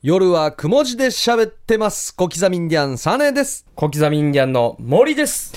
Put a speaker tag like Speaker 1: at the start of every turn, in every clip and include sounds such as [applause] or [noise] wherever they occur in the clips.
Speaker 1: 夜はくも字で喋ってます。小刻みインディアンサネです。
Speaker 2: 小刻みインディアンの森です。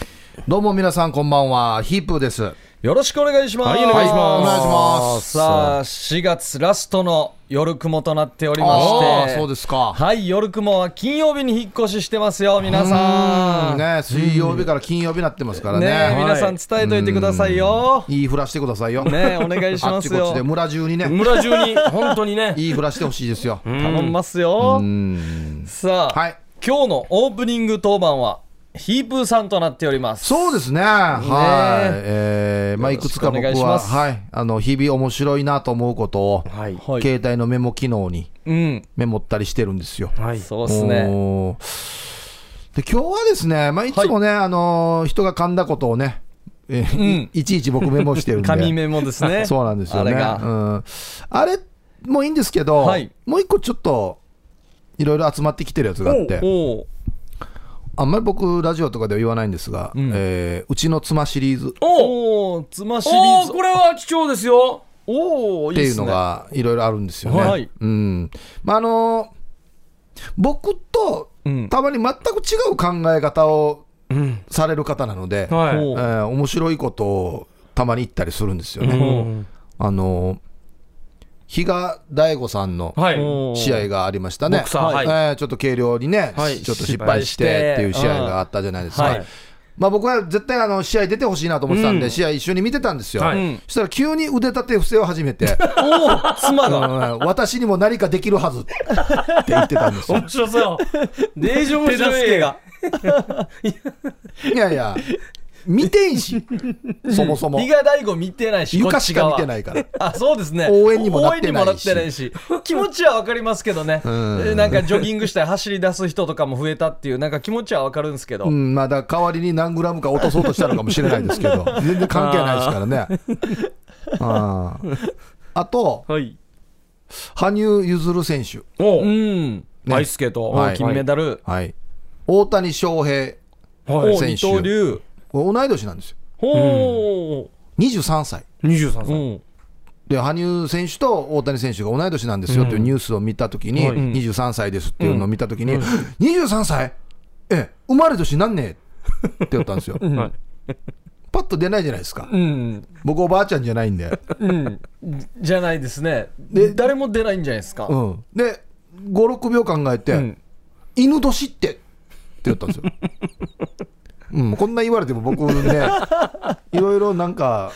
Speaker 3: どうも皆さんこんばんは、ヒープーです。
Speaker 1: よろしくお願いします。
Speaker 2: はいお願いします
Speaker 3: はいお願いします
Speaker 1: さあ、4月ラストの夜雲となっておりま
Speaker 3: ああ
Speaker 1: して。
Speaker 3: そうですか。
Speaker 1: はい、夜雲は金曜日に引っ越ししてますよ、皆
Speaker 3: う
Speaker 1: さ
Speaker 3: ん
Speaker 1: ん。ね
Speaker 3: ね、水曜日から金曜日になってますからね。
Speaker 1: え
Speaker 2: ね
Speaker 1: 皆さん伝えといてくださいよ。
Speaker 3: いいふらしてくださいよ。
Speaker 1: ねえお願いし
Speaker 3: あ
Speaker 1: ま
Speaker 3: っち
Speaker 1: す
Speaker 3: こっち
Speaker 1: よ。
Speaker 3: で村中にね、
Speaker 2: 村中に、本当にね。
Speaker 3: いいふらしてほしいです
Speaker 1: [laughs]
Speaker 3: よ。
Speaker 1: 頼みますよ。
Speaker 3: うん
Speaker 1: さあ、
Speaker 3: はい。
Speaker 1: 今日のオープニング当番は、ヒープーさんとなっております。
Speaker 3: そうですね。はい。えーまあいくつか僕
Speaker 1: よろしくお願い
Speaker 3: は、
Speaker 1: します
Speaker 3: はい。あの、日々面白いなと思うことを、
Speaker 2: はい。
Speaker 1: はい
Speaker 3: 携帯のメモ機能に
Speaker 1: うん。
Speaker 3: メモったりしてるんですよ。
Speaker 2: はい。
Speaker 1: そうですね。
Speaker 3: おーで今日はですね、まあ、いつもね、あのー人が噛んだことをね、えー
Speaker 1: うん
Speaker 3: いいちいち僕メモしてるんで、
Speaker 1: 紙メモですね。
Speaker 3: [laughs] そうなんですよね。
Speaker 1: あれが
Speaker 3: うん、あれもいいんですけど、
Speaker 1: はい
Speaker 3: もう一個ちょっと、いろいろ集まってきてるやつがあって、
Speaker 1: おお。
Speaker 3: あんまり僕、ラジオとかでは言わないんですが、
Speaker 1: ん
Speaker 3: えーうちの妻シリーズっ
Speaker 2: お
Speaker 1: おお、つまシリー
Speaker 2: お
Speaker 1: ズ
Speaker 2: ー。これは貴重ですよ。
Speaker 1: おお、い
Speaker 3: て
Speaker 1: いっ
Speaker 3: いう
Speaker 1: す
Speaker 3: の
Speaker 1: ね。
Speaker 3: がいろいろあるんですよね。
Speaker 1: はい
Speaker 3: うんまああのー僕と
Speaker 1: うん
Speaker 3: たまに全く違う考え方を
Speaker 2: うん。
Speaker 3: される方なので、
Speaker 2: はい。
Speaker 1: お
Speaker 3: え
Speaker 1: う
Speaker 3: ー面白いことをたまに言ったりするんですよね。
Speaker 2: うん
Speaker 3: あの比嘉大吾さんの
Speaker 2: はい。
Speaker 1: おー
Speaker 3: 試合がありましたね。
Speaker 2: ボクサーはい
Speaker 3: えーちょっと軽量にね、
Speaker 2: はい
Speaker 3: ちょっと失敗してっていう試合があったじゃないですか。
Speaker 1: はい
Speaker 3: まあ、僕は絶対あの試合出てほしいなと思ってたんで、
Speaker 2: うん
Speaker 3: 試合一緒に見てたんですよ。
Speaker 2: はい
Speaker 1: うん
Speaker 3: そしたら急に腕立て伏せを始め
Speaker 2: [laughs]
Speaker 3: て、
Speaker 1: おお、妻 [laughs]
Speaker 3: う
Speaker 1: が。
Speaker 3: ん私にも何かできるはずって言ってたんで
Speaker 1: [laughs]
Speaker 3: すよ
Speaker 2: 面。白そう。デージ面
Speaker 1: 手
Speaker 2: 白
Speaker 1: 助
Speaker 2: い。
Speaker 1: けが。
Speaker 3: いやいや、見てんし、そもそも
Speaker 1: 伊。賀大吾見てないし、。
Speaker 3: 床しか見てないいから。
Speaker 1: あ、そうですね。
Speaker 3: 応援にもなってない
Speaker 1: 応援
Speaker 3: し
Speaker 1: にもってないし。気持ちはわかりますけどね。
Speaker 3: ん
Speaker 1: えなんかジョギングしたり走り出す人とかも増えたっていう、なんか気持ちはわかるんですけど。
Speaker 3: うん、まあだから代わりに何グラムか落とそうとしたのかもしれないですけど、全然関係ないですからね。あーあと、
Speaker 2: はい。
Speaker 3: 羽生結弦選手、
Speaker 2: お
Speaker 1: う
Speaker 2: ー
Speaker 1: ん。
Speaker 3: ね
Speaker 2: アイスケート。
Speaker 3: はい
Speaker 1: 金メダル。
Speaker 3: はい、大谷翔平、
Speaker 1: お
Speaker 2: は
Speaker 1: ー
Speaker 2: い。
Speaker 3: 選手
Speaker 1: 二刀流。
Speaker 3: これ同い年なんですよ、
Speaker 1: お
Speaker 3: 23歳。
Speaker 2: 23
Speaker 1: お。う
Speaker 2: 歳。
Speaker 1: ん。
Speaker 3: で羽生選手と大谷選手が同い年なんですよっていうニュースを見たときに、
Speaker 2: はい
Speaker 3: 23歳ですっていうのを見たときに、23歳ええ、生まれ年なんねえって言ったんですよ。
Speaker 2: はい。
Speaker 3: パッと出ないじゃないですか。
Speaker 1: うん。
Speaker 3: 僕おばあちゃんじゃないんで。
Speaker 1: うん。じゃないですね。
Speaker 3: で
Speaker 1: 誰も出ないんじゃないですか
Speaker 3: う。ん、で、5、6秒考えて、
Speaker 1: うん
Speaker 3: 犬年ってって言ったんですよ。うん、こんな言われても僕ね、いろいろなんか、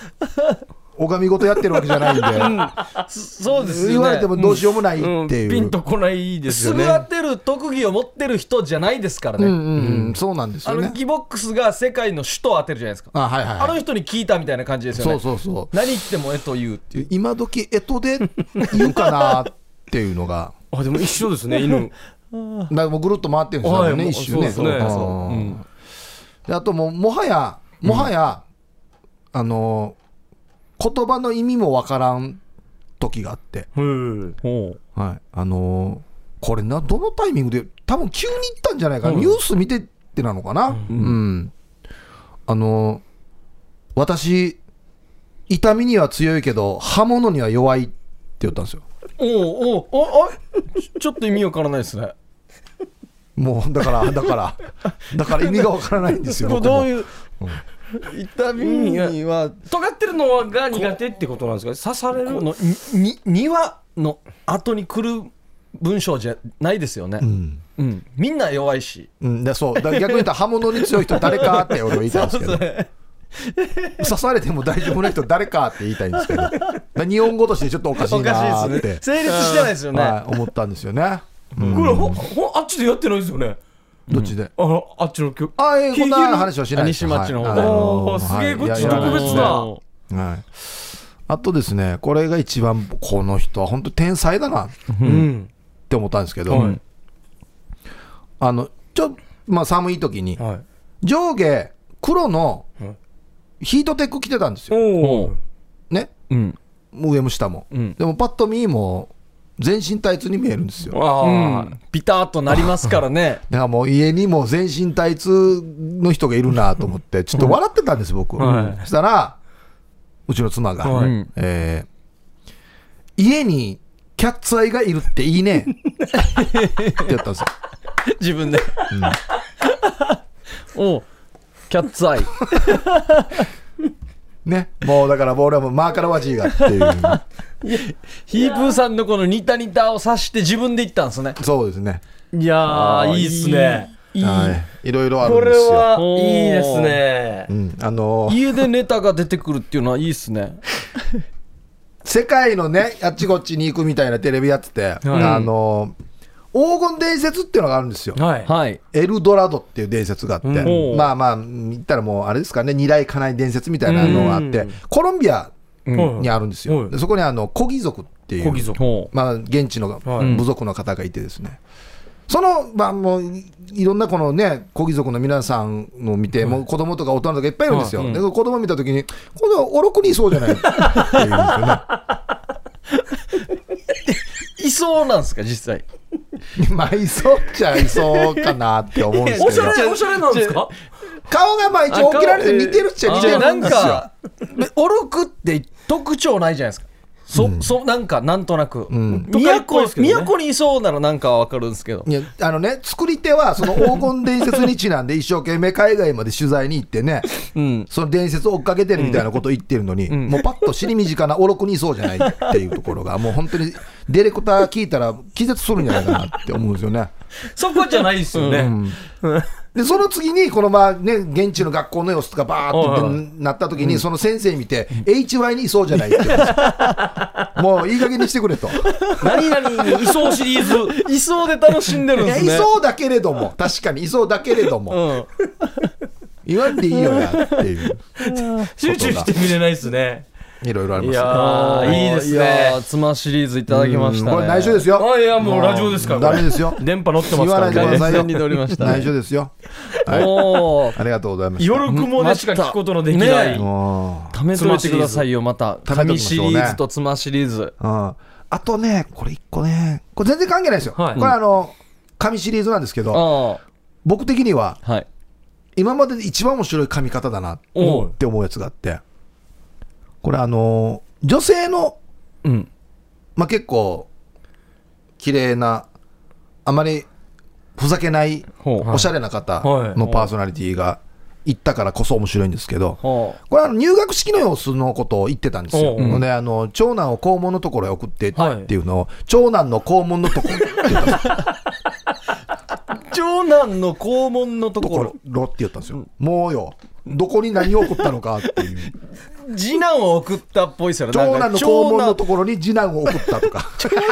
Speaker 3: 拝み事やってるわけじゃないんで、
Speaker 1: そうですよね。
Speaker 3: 言われてもどうしようもないって
Speaker 2: うん
Speaker 3: いう。
Speaker 2: ピンとこないです
Speaker 1: す
Speaker 2: よ
Speaker 1: ぐ
Speaker 2: ね。
Speaker 1: 当てる特技を持ってる人じゃないですからね、
Speaker 3: うんうんうん、そうなんです
Speaker 1: あ
Speaker 3: よ
Speaker 1: の
Speaker 3: ね。
Speaker 1: ギボックスが世界の首都を当てるじゃないですか、
Speaker 3: あ、はいはい、
Speaker 1: あ
Speaker 3: は
Speaker 1: の
Speaker 3: い。
Speaker 1: 人に聞いたみたいな感じですよね
Speaker 3: そうそうそ
Speaker 1: 何言ってもえと言うっていう
Speaker 3: う。今時えとで言うかなっていうのが、
Speaker 2: あ、でも一緒ですね、
Speaker 3: [laughs]
Speaker 2: 犬。
Speaker 3: だからもうぐるっと回ってるんですよ
Speaker 2: は
Speaker 3: ね、
Speaker 2: いも
Speaker 3: ね
Speaker 2: う
Speaker 3: 一周ね。
Speaker 2: そうですね
Speaker 3: ん
Speaker 2: そ
Speaker 3: であともう、もはや、もはや、あのー、言葉の意味もわからん時があって。
Speaker 2: うん。
Speaker 3: はい、あのーこれな、どのタイミングで、多分急に行ったんじゃないかな、ニュース見てってなのかな、うん、あのー私、痛みには強いけど、刃物には弱いって言ったんですよ。
Speaker 1: おうおうおおちょちょっと意味わからないですね
Speaker 3: もうだから、だから、だから意味がわからないんですよ、
Speaker 1: これ [laughs]
Speaker 3: 僕
Speaker 1: どう
Speaker 3: も
Speaker 1: いう、痛みには
Speaker 2: 尖ってるのが苦手ってことなんですか刺される
Speaker 1: この「に」にはの後に来る文章じゃないですよね、うんみんな弱いし
Speaker 3: うん、でそうだから逆に言ったら、刃物に強い人、誰かって俺は言いたいんです
Speaker 1: [laughs]
Speaker 3: けど、
Speaker 1: ね
Speaker 3: 刺されても大丈夫な人、誰かって言いたいんですけど、だから日本語としてちょっとおかしい
Speaker 1: お
Speaker 3: な
Speaker 1: かし
Speaker 3: ー
Speaker 1: いで
Speaker 3: って、
Speaker 1: すね成立してないですよね、
Speaker 3: はい、思ったんですよね。うん
Speaker 2: これほほあっちでやってないですよね
Speaker 3: どっちで、
Speaker 2: あのあっちの曲
Speaker 3: ああ、えー、こんな
Speaker 2: ヒール
Speaker 3: 話はしない
Speaker 1: 西町の方で
Speaker 3: はい
Speaker 2: おーすげえこっち特別だ
Speaker 1: おう
Speaker 3: だ、はいあとですね、これが一番、この人は本当天才だなっ
Speaker 2: うん
Speaker 3: て思ったんですけど、
Speaker 2: はい
Speaker 3: あの、ちょっと、まあ寒い時に、
Speaker 2: はい
Speaker 3: 上下黒の
Speaker 2: うん
Speaker 3: ヒートテック着てたんですよ。
Speaker 2: おー
Speaker 3: ね。
Speaker 1: うん
Speaker 3: 上も下も。
Speaker 1: うん
Speaker 3: でもパッと見も全身タイツに見えるんですよ。
Speaker 2: あ
Speaker 1: うんピタッとなりますからね
Speaker 3: だからもう家にも全身タイツの人がいるなと思って、ちょっと笑ってたんです、僕。
Speaker 2: はい
Speaker 3: そしたら、うちの妻が、
Speaker 2: はい
Speaker 3: えー家にキャッツアイがいるっていいねってやったんですよ
Speaker 1: [laughs] 自分で、 [laughs] おうキャッツアイ
Speaker 3: ねもうだからボールはもうマーカラワジーがっていう
Speaker 1: ヒープーさんのこのニタニタを刺して自分で言ったんですね
Speaker 3: そうですね
Speaker 2: いや
Speaker 1: あ
Speaker 2: ー、いいっすね。
Speaker 1: いいいい
Speaker 3: はいいろいろある
Speaker 2: こ
Speaker 3: んで
Speaker 2: れ
Speaker 3: すよ
Speaker 2: は
Speaker 1: おー
Speaker 2: いいですね
Speaker 3: う。ん、あのー
Speaker 1: 家でネタが出てくるっていうのはいいっすね
Speaker 3: 世界のねあっちこっちに行くみたいなテレビやってて、あのー黄金伝説っていうのがあるんですよ
Speaker 2: はい。
Speaker 1: はい
Speaker 3: エルドラドっていう伝説があって、
Speaker 1: うん
Speaker 3: まあまあ言ったらもうあれですかね二大家内伝説みたいなのがあって、
Speaker 2: うん
Speaker 3: コロンビアにあるんですよ、
Speaker 2: うん
Speaker 3: でそこにあのコギ族っていう
Speaker 2: 小貴族。
Speaker 1: ほ
Speaker 3: まあ、現地の
Speaker 2: はい
Speaker 3: 部族の方がいてですね、その、まあ、もういいろんなこのね、小貴族の皆さんの見て、もう子供とか大人とかいっぱいいるんですよ、で子供見たときに、このおろくにいそうじゃないって言うんですよね。 [laughs]
Speaker 1: ういそうなんですか実際
Speaker 3: まあ、いそうっちゃいそうかなって思うんです
Speaker 2: お
Speaker 3: け
Speaker 2: し
Speaker 3: ど
Speaker 2: ゃ、れ、おしゃれなんですか
Speaker 3: 顔がまあ一応、起きられて似てるっちゃ似
Speaker 1: じ
Speaker 3: て
Speaker 1: ゃあ
Speaker 3: る
Speaker 1: なんん
Speaker 3: ですよ。
Speaker 1: かおろくって特徴ないじゃないですかそ,、そなんかなんとなく、
Speaker 3: ん
Speaker 2: 都会っぽ
Speaker 1: 都
Speaker 2: いで
Speaker 1: です
Speaker 2: けどね
Speaker 1: 都にいそうならなんかは分かるんですけど
Speaker 3: いやあのね、作り手はその黄金伝説にち
Speaker 1: [laughs]
Speaker 3: なんで、一生懸命海外まで取材に行ってね、
Speaker 1: うん
Speaker 3: その伝説を追っかけてるみたいなことを言ってるのに、もうパッと尻短なおろくにいそうじゃないっていうところが、もう本当にディレクター聞いたら、気絶するんじゃないかなって思うんですよね。
Speaker 2: そこ [laughs] じゃないですよね。
Speaker 3: で、その次に、このまあね、現地の学校の様子とか、ばーっ
Speaker 2: はい
Speaker 3: て
Speaker 2: は
Speaker 3: なった時に、その先生見て、HY にいそうじゃないって言うんで
Speaker 1: [laughs]
Speaker 3: すよもういい加減にしてくれと。
Speaker 2: 何々にいそうシリーズ。
Speaker 1: いそうで楽しんでるんで
Speaker 3: いや
Speaker 1: す
Speaker 3: い
Speaker 1: ね
Speaker 3: そうだけれども、確かにいそうだけれども、
Speaker 1: うん
Speaker 3: 言わんでいいよなっていう、
Speaker 2: 集中して見れないですね。
Speaker 3: いろいろあり
Speaker 2: い
Speaker 3: ますね。
Speaker 2: やー、いいですね
Speaker 1: や。妻シリーズいただきましたね
Speaker 3: これ内緒ですよ。
Speaker 2: あいやもうラジオですから
Speaker 3: ダ
Speaker 2: こ
Speaker 3: メ
Speaker 2: れ
Speaker 3: ですよ。
Speaker 2: 電波乗ってます
Speaker 3: 言わ
Speaker 2: から
Speaker 3: ないでくだ
Speaker 2: ね。
Speaker 3: さい
Speaker 1: 完全に撮りましたね
Speaker 3: 内緒です
Speaker 2: [laughs]
Speaker 3: よ。はい。
Speaker 1: おー
Speaker 3: ありがとうございました。
Speaker 2: 夜雲でしか聞くことのできない。
Speaker 1: ね
Speaker 3: あ
Speaker 1: 貯めといてくださいよまた
Speaker 3: 貯めときま
Speaker 1: 紙
Speaker 3: し
Speaker 1: シ
Speaker 3: ょうね
Speaker 1: リーズと妻シリーズ
Speaker 3: ああとね、これ一個ね、これ全然関係ないですよ。
Speaker 2: はい
Speaker 3: これあの、紙シリーズなんですけど、
Speaker 1: あ
Speaker 3: 僕的には、
Speaker 1: あはい
Speaker 3: 今までで一番面白い髪型だなっ
Speaker 2: おう
Speaker 3: て思うやつがあって、これあの、女性の、
Speaker 1: うん
Speaker 3: まあ、結構、綺麗な、あまりふざけない、
Speaker 1: ほう
Speaker 3: おしゃれな方のパーソナリティが行ったからこそ面白いんですけど、
Speaker 1: ほ
Speaker 3: これはあの入学式の様子のことを言ってたんですよ。
Speaker 2: おうお
Speaker 1: う
Speaker 3: であの長男を校門のところへ送ってっ
Speaker 2: はい
Speaker 3: ていうのを、長男の校門のところ
Speaker 1: う長男の肛門のと
Speaker 3: と
Speaker 1: こ
Speaker 3: こ
Speaker 1: ろ
Speaker 3: ろ [laughs] って言ったんですよ。もうよ、どこに何を送ったのかっていう、
Speaker 1: 次男を送ったっぽいですよね
Speaker 3: 長
Speaker 1: なん
Speaker 3: 男
Speaker 1: か
Speaker 3: の校門のところに次男を送ったとか、
Speaker 1: 長男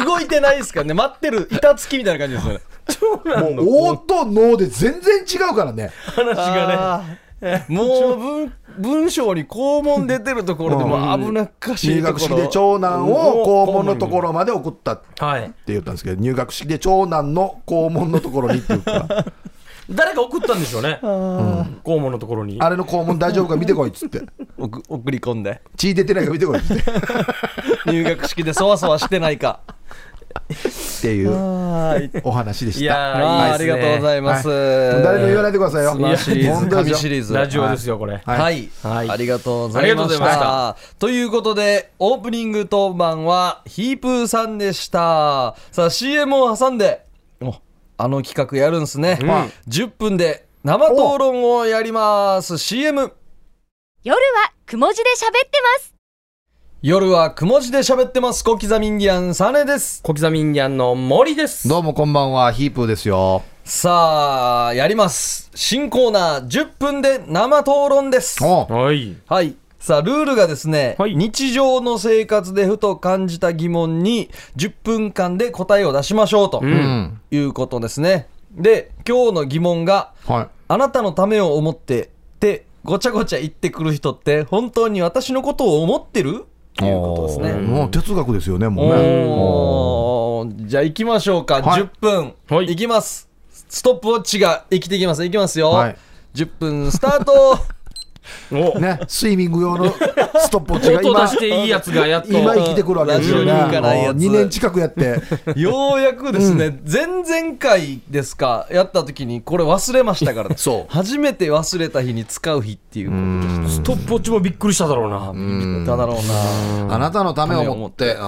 Speaker 1: は動いてないですからね待ってる板つきみたいな感じ
Speaker 3: [laughs]
Speaker 1: ですよね
Speaker 3: もう王と脳で全然違うからね、
Speaker 2: 話がね。
Speaker 1: あーもう文文章に肛門出てるところでも危なっかし
Speaker 3: 入
Speaker 1: いところ
Speaker 3: 学式で長男を校門のところまで送ったって
Speaker 2: はい。
Speaker 3: 言ったんですけど、入学式で長男の校門のところにっていうか。
Speaker 2: 誰か送ったんでしょうね。肛門のところに。
Speaker 3: [laughs] あれの肛門大丈夫か見てこいっつって、
Speaker 1: 送送り込んで
Speaker 3: 血出てないか見てこいっつってっ
Speaker 1: 入学式でそわそわしてないか
Speaker 3: ていう
Speaker 1: はい
Speaker 3: お話でした。
Speaker 2: い
Speaker 1: あー
Speaker 2: やー
Speaker 1: あ
Speaker 2: い
Speaker 1: り
Speaker 2: いですね
Speaker 1: がとうございます、
Speaker 3: はい誰も言わないでくださいよ。
Speaker 1: スマシリーズ
Speaker 3: 本当です
Speaker 1: 神
Speaker 3: よ
Speaker 1: シリーズ
Speaker 2: ラジオですよ、これ。
Speaker 3: はい
Speaker 1: はい、
Speaker 2: はい
Speaker 1: ありがとうございました
Speaker 2: ありがとうござい
Speaker 1: ということでオープニング当番はヒープーさんでしたさあ CM を挟んでおあの企画やるんすね、10分で生討論をやります CM
Speaker 4: 夜はくも字で喋ってます。
Speaker 1: 夜はくも字で喋ってます小刻みインディアンサネです
Speaker 2: 小刻みインディアンの森です。
Speaker 3: どうもこんばんは、ヒープーですよ。
Speaker 1: さあやります新コーナー10分で生討論です
Speaker 3: お
Speaker 2: はい。
Speaker 1: はい。さあ、ルールがですね、
Speaker 2: はい
Speaker 1: 日常の生活でふと感じた疑問に10分間で答えを出しましょうと
Speaker 3: ん
Speaker 1: いうことですね。で、今日の疑問が、
Speaker 3: は
Speaker 1: あなたのためを思ってって、ごちゃごちゃ言ってくる人って、本当に私のことを思ってる
Speaker 3: い。
Speaker 1: ということですね。
Speaker 3: もう哲学ですよね、もうね。
Speaker 1: おーじゃあ行きましょうか、
Speaker 3: はい
Speaker 1: 10分、
Speaker 2: はい
Speaker 1: 行きますストップウォッチが生きていきますいきますよ、
Speaker 3: はい
Speaker 1: 10分スタート
Speaker 2: お
Speaker 3: ね、スイミング用のストップウォッチが
Speaker 2: 音
Speaker 3: 今
Speaker 2: 出し、ていいやつがやっと。
Speaker 3: 今生きてくるわけですよね。
Speaker 2: ラジオに行
Speaker 1: かないやつ
Speaker 3: 2年近くやって。
Speaker 1: [laughs] ようやくですね、前々回ですかやった時にこれ忘れましたからね
Speaker 3: そう
Speaker 1: 初めて忘れた日に使う日っていうことで
Speaker 2: ストップウォッチもびっくりしただろうな。
Speaker 1: 言っただろうな
Speaker 3: あなたのためを思って。あ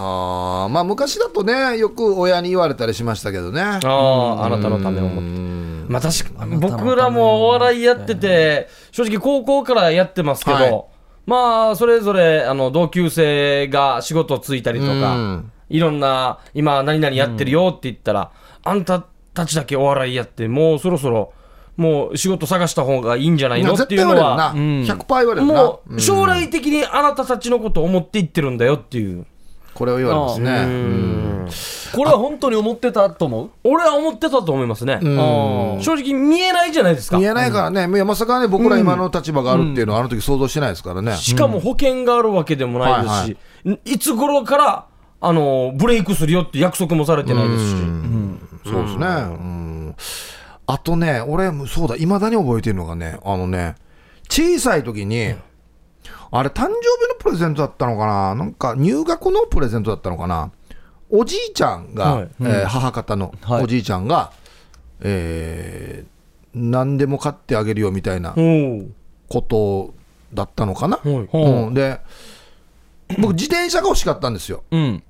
Speaker 3: ーまあ昔だとね、よく親に言われたりしましたけどね。
Speaker 2: ああ、あなたのためを思って。
Speaker 3: うん
Speaker 2: まあ確か
Speaker 3: なたのために
Speaker 2: 僕らもお笑いやってて、正直高校からやってますけど、
Speaker 3: はい
Speaker 2: まあそれぞれあの同級生が仕事ついたりとか、
Speaker 3: うん
Speaker 2: いろんな今何々やってるよって言ったら、あんたたちだけお笑いやってもうそろそろもう仕事探した方がいいんじゃないのっ
Speaker 3: 絶
Speaker 2: て
Speaker 3: 対
Speaker 2: いう
Speaker 3: 言わ
Speaker 2: の
Speaker 3: れるな。
Speaker 2: は
Speaker 3: 100%言われるな。
Speaker 2: もう将来的にあなたたちのことを思っていってるんだよっていう。
Speaker 3: これを言われますね。
Speaker 2: うん
Speaker 1: これは本当に思ってたと思う
Speaker 2: 俺は思ってたと思います
Speaker 1: あ
Speaker 2: ね。正直見えないじゃないですか
Speaker 3: 見。えないからね、いやまさかね、僕ら今の立場があるっていうのは、あの時想像してないですからね。
Speaker 2: しかも保険があるわけでもないですし、いつ頃からあのブレイクするよって約束もされてないですし、
Speaker 3: そうですね。うんあとね、俺、そうだ、いまだに覚えてるのがね、あのね、小さい時に、あれ、誕生日のプレゼントだったのかな、なんか入学のプレゼントだったのかな、おじいちゃんが、
Speaker 2: はい
Speaker 3: えー母方の
Speaker 1: はい
Speaker 3: おじいちゃんが、えー何でも買ってあげるよみたいなことだったのかな。
Speaker 2: おうはい
Speaker 3: うん、で、僕、自転車が欲しかったんですよ。
Speaker 1: うん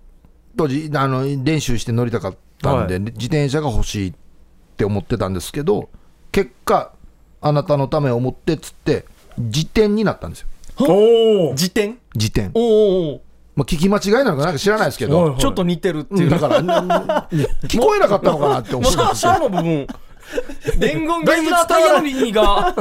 Speaker 3: 当時あの練習して乗りたかったんで、
Speaker 2: はい
Speaker 3: 自転車が欲しいって思ってたんですけど結果あなたのためを思ってっつって自転になったんですよ
Speaker 2: おー
Speaker 1: 辞典
Speaker 3: 自転、
Speaker 1: おうおうおう
Speaker 3: まあ、聞き間違いなのかなんか知らないですけ
Speaker 2: はい
Speaker 3: ど
Speaker 2: はい
Speaker 1: ちょっと似てるっていう
Speaker 3: だ
Speaker 2: [laughs]
Speaker 3: からん聞こえなかったのかなって思
Speaker 2: シ
Speaker 3: う
Speaker 2: ャーシャーの部分
Speaker 1: 伝言
Speaker 2: ガ
Speaker 1: が
Speaker 2: イ
Speaker 1: 伝
Speaker 2: ナータイヤの耳が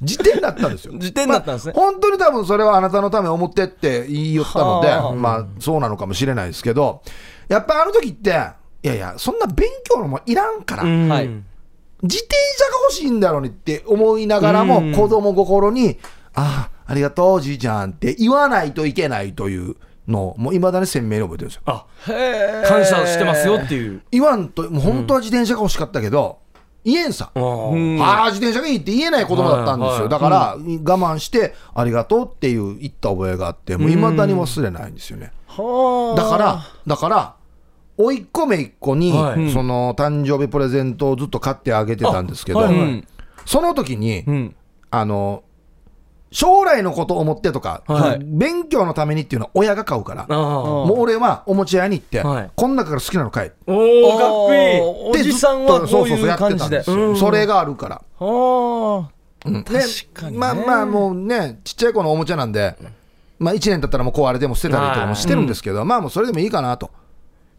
Speaker 3: 自転だったんですよ
Speaker 1: 辞典だったん
Speaker 3: [laughs]
Speaker 1: ですね、
Speaker 3: 本当に多分それはあなたのためを思ってって言いよったので、
Speaker 1: はあ
Speaker 3: まあそうなのかもしれないですけどやっぱりあの時っていやいやそんな勉強のもいらんから、
Speaker 2: うん
Speaker 1: はい
Speaker 3: 自転車が欲しいんだろうねって思いながら
Speaker 2: うん
Speaker 3: も、子供心に、ああ、ありがとう、おじいちゃんって言わないといけないというのを、もういまだに鮮明に覚えてるんですよ。
Speaker 2: あ
Speaker 1: へー
Speaker 2: 感謝してますよっていう、
Speaker 3: 言わんと、もう本当は自転車が欲しかったけど、言えんさ。
Speaker 2: うん
Speaker 1: うん
Speaker 3: ああ、自転車がいいって言えない子供だったんです
Speaker 2: はいは
Speaker 3: よ。
Speaker 2: い
Speaker 3: だから、我慢して、ありがとうっていう言った覚えがあって、もういまだに忘れないんですよね。
Speaker 1: はあ
Speaker 3: だから、だから、甥っ子めいっ子に、
Speaker 2: はい
Speaker 3: その誕生日プレゼントをずっと買ってあげてたんですけど、
Speaker 2: あは
Speaker 1: う
Speaker 2: いはい
Speaker 1: ん
Speaker 3: その時に、
Speaker 1: うん
Speaker 3: あの、将来のことを思ってとか、
Speaker 1: はい
Speaker 3: 勉強のためにっていうのは親が買うから、
Speaker 2: あ
Speaker 3: もう俺はおもちゃ屋に行って、
Speaker 2: はい
Speaker 3: この中から好きなの買え
Speaker 2: ーおおかっこいい
Speaker 1: おーおじさんはこういう感じで
Speaker 3: そうそうそうやってたんですよ
Speaker 2: うん
Speaker 3: それがあるから。
Speaker 1: はあ、
Speaker 3: うん
Speaker 1: 確かに、ね、
Speaker 3: まあまあもうね、ちっちゃい子のおもちゃなんで、まあ1年経ったらもう壊れても捨てたりとかもしてるんですけど、まあもうそれでもいいかなと。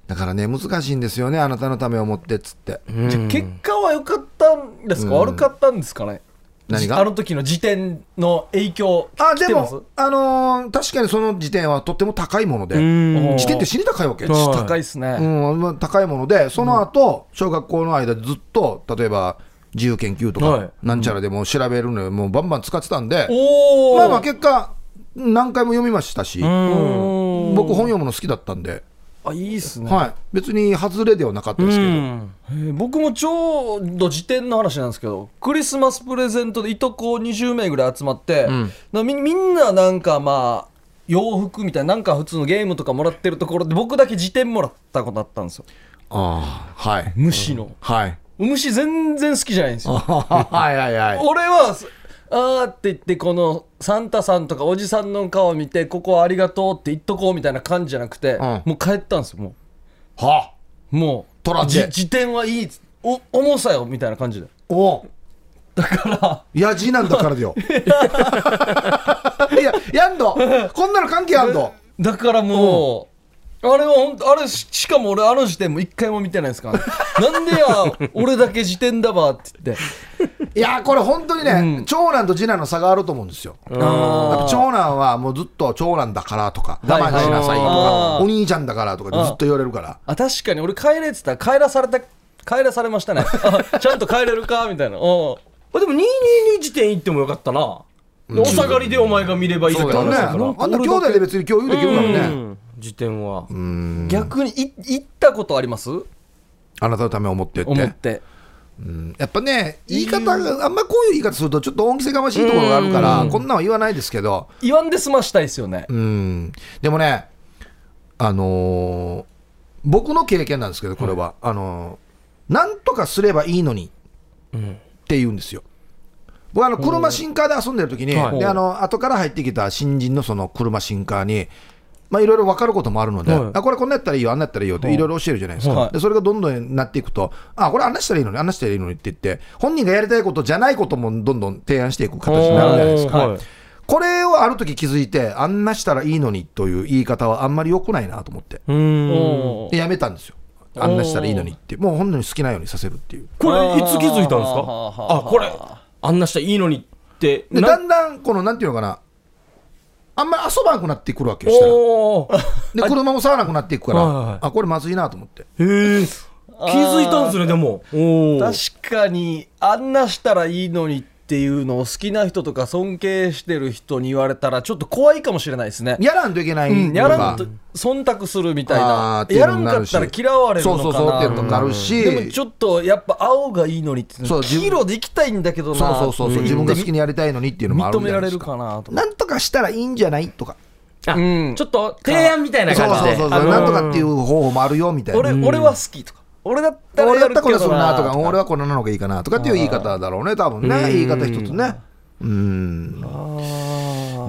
Speaker 3: だからね、難しいんですよね、あなたのためを思ってっつって。
Speaker 2: うん
Speaker 1: じゃあ結果は良かったんですか、
Speaker 3: うん
Speaker 1: 悪かったんですかね
Speaker 3: 何が
Speaker 1: あの時の時点の影響
Speaker 3: あ、
Speaker 1: 来
Speaker 3: で
Speaker 1: てます
Speaker 3: も、あのー確かにその時点はとっても高いもので、
Speaker 2: うん
Speaker 3: 時点って死に高いわけ。
Speaker 2: はい
Speaker 1: 高いですね、
Speaker 3: うんまあ、高いもので、その後、小学校の間、ずっと例えば自由研究と
Speaker 2: は
Speaker 3: か
Speaker 2: い、
Speaker 3: なんちゃらでも調べるのよ、もうバンバン使ってたんで、
Speaker 1: おお
Speaker 3: まあまあ、結果、何回も読みましたし、
Speaker 2: うん
Speaker 3: 僕、本読むの好きだったんで、
Speaker 1: あいいっすね、
Speaker 3: はい、別に外れではなかったですけど、
Speaker 1: えー僕もちょうど時点の話なんですけどクリスマスプレゼントでいとこ20名ぐらい集まって、
Speaker 3: ん
Speaker 1: なみみんななんかまあ洋服みたいななんか普通のゲームとかもらってるところで僕だけ辞典もらったことあったんですよ
Speaker 3: ああ、はい、
Speaker 1: 虫の、
Speaker 3: はい、
Speaker 1: 虫全然好きじゃないんですよ
Speaker 3: はいはいはい、
Speaker 1: 俺は「あ」って言ってこのサンタさんとかおじさんの顔見て「ここはありがとう」って言っとこうみたいな感じじゃなくて、
Speaker 3: ん
Speaker 1: もう帰ったんですよも
Speaker 3: は
Speaker 1: うもう
Speaker 3: 取らん
Speaker 1: じ
Speaker 3: で
Speaker 1: 自転はいいっつお重さよみたいな感じで
Speaker 3: おだから、やじなんだからだよ。いや、やんど、こんなの関係あんど。
Speaker 1: だからもう、あれは本当あれししかも俺あの時点も一回も見てないです
Speaker 3: [laughs]
Speaker 1: から、なんでや俺だけ時点だわって言って
Speaker 3: いやーこれ本当にね、長男と次男の差があると思うんですよ。やっぱ長男はもうずっと長男だからとか、
Speaker 1: はい
Speaker 3: 我慢しなさい
Speaker 1: あ
Speaker 3: とか、
Speaker 1: ー
Speaker 3: お兄ちゃんだからとかずっと言われるから。
Speaker 1: あ確かに俺帰れって言ったら帰らされた帰らされましたね [laughs] あちゃんと帰れるかみたいなお
Speaker 2: あでも222時点行ってもよかったな、お下がりでお前が見ればいいって
Speaker 3: そうだよ
Speaker 2: 話
Speaker 3: ね。
Speaker 2: だから
Speaker 3: あんな兄弟で別に共有できるから
Speaker 2: う
Speaker 3: ね。
Speaker 2: ん時点は、
Speaker 1: 逆にい行ったことあります
Speaker 3: あなたのためを思ってって。
Speaker 1: 思って
Speaker 3: うんやっぱね、言い方が、あんまこういう言い方すると、ちょっと恩着せがましいところがあるから、こんなんは言わないですけど、
Speaker 1: 言わんで済ましたいですよね。
Speaker 3: うん、でもね、あのー僕の経験なんですけど、これは、あのーなんとかすればいいのにって言うんですよ。僕あの車新カーで遊んでる時に、
Speaker 2: はい
Speaker 3: であの後から入ってきた新人のその車新カーに、まあ、いろいろ分かることもあるので、
Speaker 2: はい
Speaker 3: あこれこんなやったらいいよ、あんなやったらいいよっていろいろ教えるじゃないですか、
Speaker 1: はい
Speaker 3: でそれがどんどんなっていくと、あこれ、あんなしたらいいのに、あんなしたらいいのにって言って、本人がやりたいことじゃないこともどんどん提案していく形になるじゃないですか。
Speaker 2: はい
Speaker 3: これをある時気づいて、あんなしたらいいのにという言い方はあんまり良くないなと思って、
Speaker 2: うーん
Speaker 1: おー
Speaker 3: でやめたんですよ。あんなしたらいいのにって、もう本当に好きなようにさせるっていう。
Speaker 2: これいつ気づいたんですか
Speaker 1: あー
Speaker 2: あこれあんなしたらいいのにって
Speaker 3: で、
Speaker 2: な
Speaker 3: だんだん、このなんていうのかな、あんまり遊ばなくなってくるわけよ、したら。
Speaker 2: おー
Speaker 3: で、車も触らなくなっていくか
Speaker 2: はいはい
Speaker 3: ら、あ、これまずいなと思って。
Speaker 2: へえ気づいたんですねでもおー
Speaker 1: 確かにあんなしたらいいのにっていうのを好きな人とか尊敬してる人に言われたらちょっと怖いかもしれないですね。
Speaker 3: やらんといけない
Speaker 1: うん、
Speaker 3: の
Speaker 1: や
Speaker 3: が
Speaker 1: らんと忖度するみたい
Speaker 3: あー
Speaker 1: な
Speaker 3: っていう
Speaker 1: や
Speaker 3: の
Speaker 1: ら
Speaker 3: に
Speaker 1: ん
Speaker 3: な
Speaker 1: か
Speaker 3: る
Speaker 1: っ
Speaker 3: した
Speaker 1: ら嫌われる
Speaker 3: そ
Speaker 1: の
Speaker 3: う
Speaker 1: か
Speaker 3: そ
Speaker 1: な
Speaker 3: うそうっていうの
Speaker 1: と
Speaker 3: に
Speaker 1: か
Speaker 3: なるし、
Speaker 1: でもちょっとやっぱ青がいいのにって
Speaker 3: そう自分
Speaker 1: 黄色でいきたいんだけどな
Speaker 3: そうそうそうそう、自分が好き
Speaker 1: に
Speaker 3: にやりたいのにっていうのもある
Speaker 1: 認
Speaker 3: ん
Speaker 1: め
Speaker 3: じゃ
Speaker 1: ら
Speaker 3: ない
Speaker 1: れる
Speaker 3: です
Speaker 1: か
Speaker 3: か。
Speaker 1: なとか
Speaker 3: なんとかしたらいいんじゃないとか。
Speaker 2: あ
Speaker 1: うん
Speaker 2: ちょっと提案みたいな
Speaker 3: そう
Speaker 2: 感
Speaker 3: そう
Speaker 2: じで
Speaker 3: そうそう、
Speaker 2: あの
Speaker 3: な
Speaker 2: ー
Speaker 3: んとかっていう方法もあるよみたいな。
Speaker 1: 俺俺は好きとか俺だったら
Speaker 3: 俺
Speaker 1: や
Speaker 3: だっ
Speaker 1: る
Speaker 3: たらこ
Speaker 1: け
Speaker 3: れす
Speaker 1: ど
Speaker 3: る
Speaker 1: な
Speaker 3: な
Speaker 1: と
Speaker 3: と
Speaker 1: か
Speaker 3: か、俺はこれなのがいいかなとかっていう言い方だろうね、多分ね、言い方一つね。うん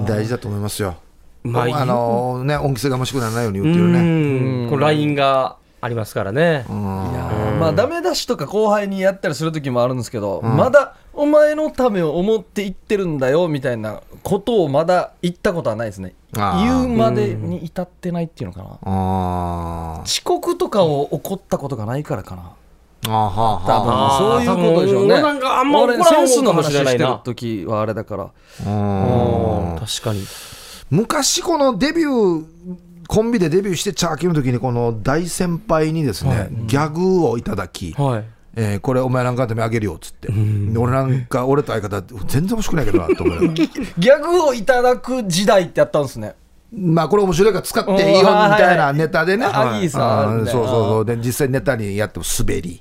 Speaker 3: 大事だと思いますよ。
Speaker 2: まあいい
Speaker 3: あのね、恩着せがましくならないように
Speaker 2: う
Speaker 3: 言ってるね。
Speaker 2: ーんこのラインがありますからね
Speaker 1: いやーまあダメ出しとか後輩にやったりする時もあるんですけど、まだお前のためを思って言ってるんだよみたいなことをまだ言ったことはないですね
Speaker 3: あー
Speaker 1: 言うまでに至ってないっていうのかな
Speaker 3: あー
Speaker 1: 遅刻とかを怒ったことがないからかな
Speaker 3: あーはあは
Speaker 1: 多
Speaker 3: あ
Speaker 1: 分そういうことでしょうね
Speaker 2: あー多分俺なんかあんま怒らん
Speaker 1: 俺センスの
Speaker 2: かも
Speaker 1: 話
Speaker 2: しれな
Speaker 1: し
Speaker 2: い
Speaker 1: て
Speaker 2: な
Speaker 1: る時はあれだから
Speaker 3: うん
Speaker 2: 確かに
Speaker 3: 昔このデビューコンビでデビューしてチャーキーの時にこの大先輩にですね、ギャグをいただき、
Speaker 2: はい
Speaker 3: えーこれお前なんかのためにあげるよっつって、で俺なんか俺と相方全然欲しくないけどなと思いながら
Speaker 1: ギャグをいただく時代ってやったんですね
Speaker 3: まあこれ面白いから使っていいよみたいなネタでね、
Speaker 1: うんはいはいあいいさ
Speaker 3: うん
Speaker 1: みたい
Speaker 3: そ
Speaker 1: な
Speaker 3: うそうそうで実際ネタにやっても
Speaker 1: [laughs]
Speaker 3: 滑り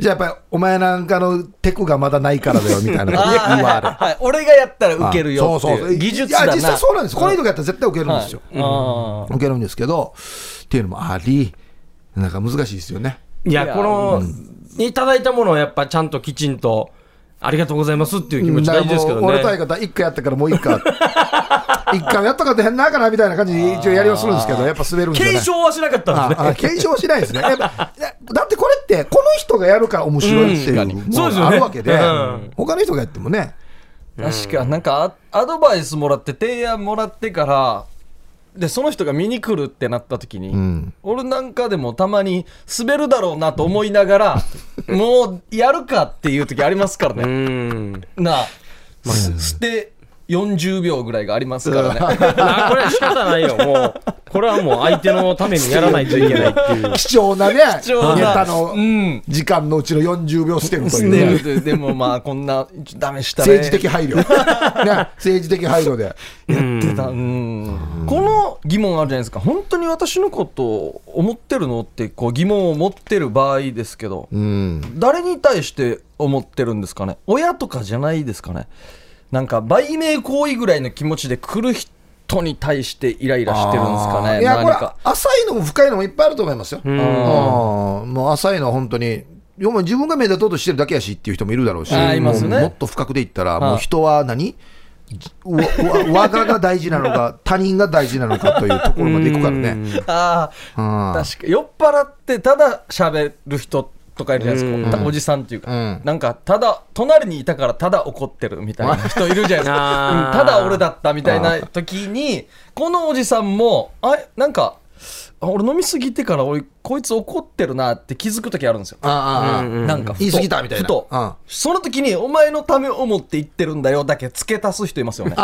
Speaker 3: じゃあやっぱりお前なんかのテクがまだないからだよみたいな
Speaker 1: [laughs]
Speaker 3: こと言
Speaker 1: あー
Speaker 3: われ
Speaker 1: はいはい俺がやったら受けるよって
Speaker 3: そうそうそう
Speaker 1: いう技術だ
Speaker 3: いや
Speaker 1: な
Speaker 3: 実際そうなんですこの人がやったら絶対受けるんですよ、
Speaker 1: あー
Speaker 3: 受けるんですけどっていうのもありなんか難しいですよね
Speaker 2: いや
Speaker 1: いや
Speaker 2: このいただいたものをやっぱちゃんときちんとありがとうございますっていう気持ち大事ですけ
Speaker 3: だから
Speaker 2: ど
Speaker 3: もう
Speaker 2: ね
Speaker 3: 俺と相方一回やったからもう一回
Speaker 1: [laughs]
Speaker 3: 一回やったかって変なかなみたいな感じで一応やりはするんですけどやっぱ滑るんですよね
Speaker 2: 継承はしなかったんですね
Speaker 3: [laughs] ああ検証しないですね。やっぱいやだってこれって、この人がやるから面白いっていう
Speaker 2: うんそう
Speaker 3: もの
Speaker 2: ですよね
Speaker 3: があるわけで、
Speaker 2: うん
Speaker 3: 他の人がやってもね、
Speaker 1: 確かなんかアアドバイスもらって提案もらってからでその人が見に来るってなった時に、
Speaker 3: ん
Speaker 1: 俺なんかでもたまに滑るだろうなと思いなが
Speaker 3: [laughs]
Speaker 1: ら、もうやるかっていう時ありますから
Speaker 2: う
Speaker 1: ね、
Speaker 2: ーん
Speaker 1: なあ、す捨て40秒ぐらいがありますからね
Speaker 2: あこれは仕方ないよもうこれはもう相手のためにやらないといけないっていう
Speaker 3: 貴重なね、
Speaker 1: 貴重な
Speaker 3: ネタ
Speaker 1: う
Speaker 3: の [laughs]
Speaker 1: ん
Speaker 3: 時間のうちの40秒捨てると
Speaker 1: 捨
Speaker 3: い
Speaker 1: て
Speaker 3: う
Speaker 1: [laughs] る
Speaker 3: ね。
Speaker 1: ででもまあこんなダメしたね
Speaker 3: 政治的配慮、ね、政治的配慮で、
Speaker 1: やってたうんこの疑問あるじゃないですか本当に私のことを思ってるのってこう疑問を持ってる場合ですけど、
Speaker 3: うん、
Speaker 1: 誰に対して思ってるんですかね親とかじゃないですかねなんか売名行為ぐらいの気持ちで来る人に対してイライラしてるんですかね
Speaker 3: いや、
Speaker 1: 何
Speaker 3: これ
Speaker 1: か、
Speaker 3: 浅いのも深いのもいっぱいあると思いますよ、うんもう浅いのは本当に、要は自分が目立とうとしてるだけやしっていう人もいるだろうし、
Speaker 1: あーいますね
Speaker 3: もうもっと深くでいったら、
Speaker 1: はい
Speaker 3: もう人は何わわ我がが大事なの
Speaker 1: [laughs]
Speaker 3: か、他人が大事なのかというところまでいくからね。
Speaker 1: あ
Speaker 3: うん
Speaker 1: あ確か酔っ払ってただ喋る人とかいるじゃないですかおじさんっていうか、
Speaker 3: うん
Speaker 1: なんかただ隣にいたからただ怒ってるみたいな人いるじゃないです
Speaker 3: [laughs]
Speaker 1: か、
Speaker 2: あ
Speaker 1: うん
Speaker 2: ー
Speaker 1: ただ俺だったみたいな時にこのおじさんもあれなんかあ俺飲みすぎてから俺こいつ怒ってるなって気づく時あるんですよ
Speaker 3: あーあーあー
Speaker 2: うんうん
Speaker 1: なんかふと
Speaker 3: 言い過ぎたみたいな
Speaker 1: ふと、
Speaker 3: うん
Speaker 1: その時にお前のためを思って言ってるんだよだけ付け足す人いますよね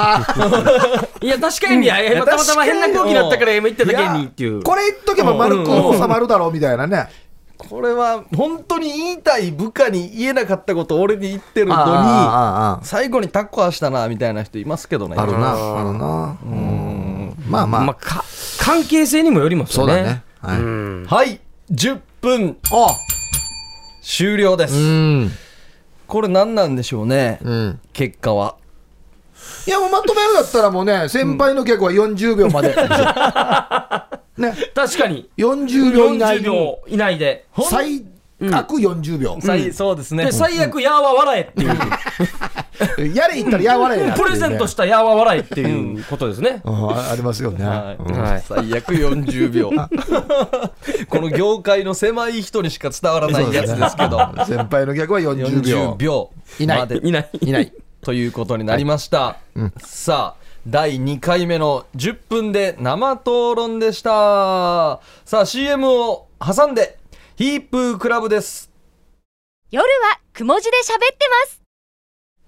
Speaker 2: いや確かにいや
Speaker 1: や
Speaker 2: たまたま変な空気だったから今言っただけにっていう
Speaker 3: これ言っとけば丸く収まるだろうみたいなね。
Speaker 1: これは本当に言いたい部下に言えなかったことを俺に言ってる
Speaker 3: あー
Speaker 1: のに
Speaker 3: あーあー
Speaker 1: 最後にタッコはしたなみたいな人いますけどね
Speaker 3: あーあるな、あるな。うんまあま
Speaker 2: まあ
Speaker 3: あ、
Speaker 2: か関係性にもよります
Speaker 3: そ
Speaker 2: よ
Speaker 3: う
Speaker 2: ね
Speaker 3: だね。はい
Speaker 1: はい10分
Speaker 3: あ
Speaker 1: 終了です、
Speaker 3: うん
Speaker 1: これ何なんでしょうね、
Speaker 3: うん
Speaker 1: 結果はい
Speaker 3: やもうまとめようだったらもうね先輩の客は40秒まで、ね
Speaker 2: 確かに。
Speaker 3: 40秒以内
Speaker 2: 40秒以内で。
Speaker 3: 最悪40秒、
Speaker 1: 最そうですね
Speaker 2: で、最悪、やーは笑えっていう。
Speaker 3: やれ言ったらやわれや、
Speaker 2: プレゼントしたやーは笑えっていうことですね。
Speaker 3: うんあありますよね、
Speaker 1: はい
Speaker 3: うん
Speaker 2: はい
Speaker 1: 最悪40秒
Speaker 3: [laughs]
Speaker 1: この業界の狭い人にしか伝わらないやつですけど
Speaker 3: 先輩の逆は40
Speaker 1: 40
Speaker 3: 秒
Speaker 1: 秒
Speaker 3: いない
Speaker 1: まで
Speaker 2: いない。
Speaker 3: いない
Speaker 1: ということになりました、さあ第2回目の10分で生討論でしたさあ CM を挟んでヒープークラブです
Speaker 4: 夜はくも字で喋ってます。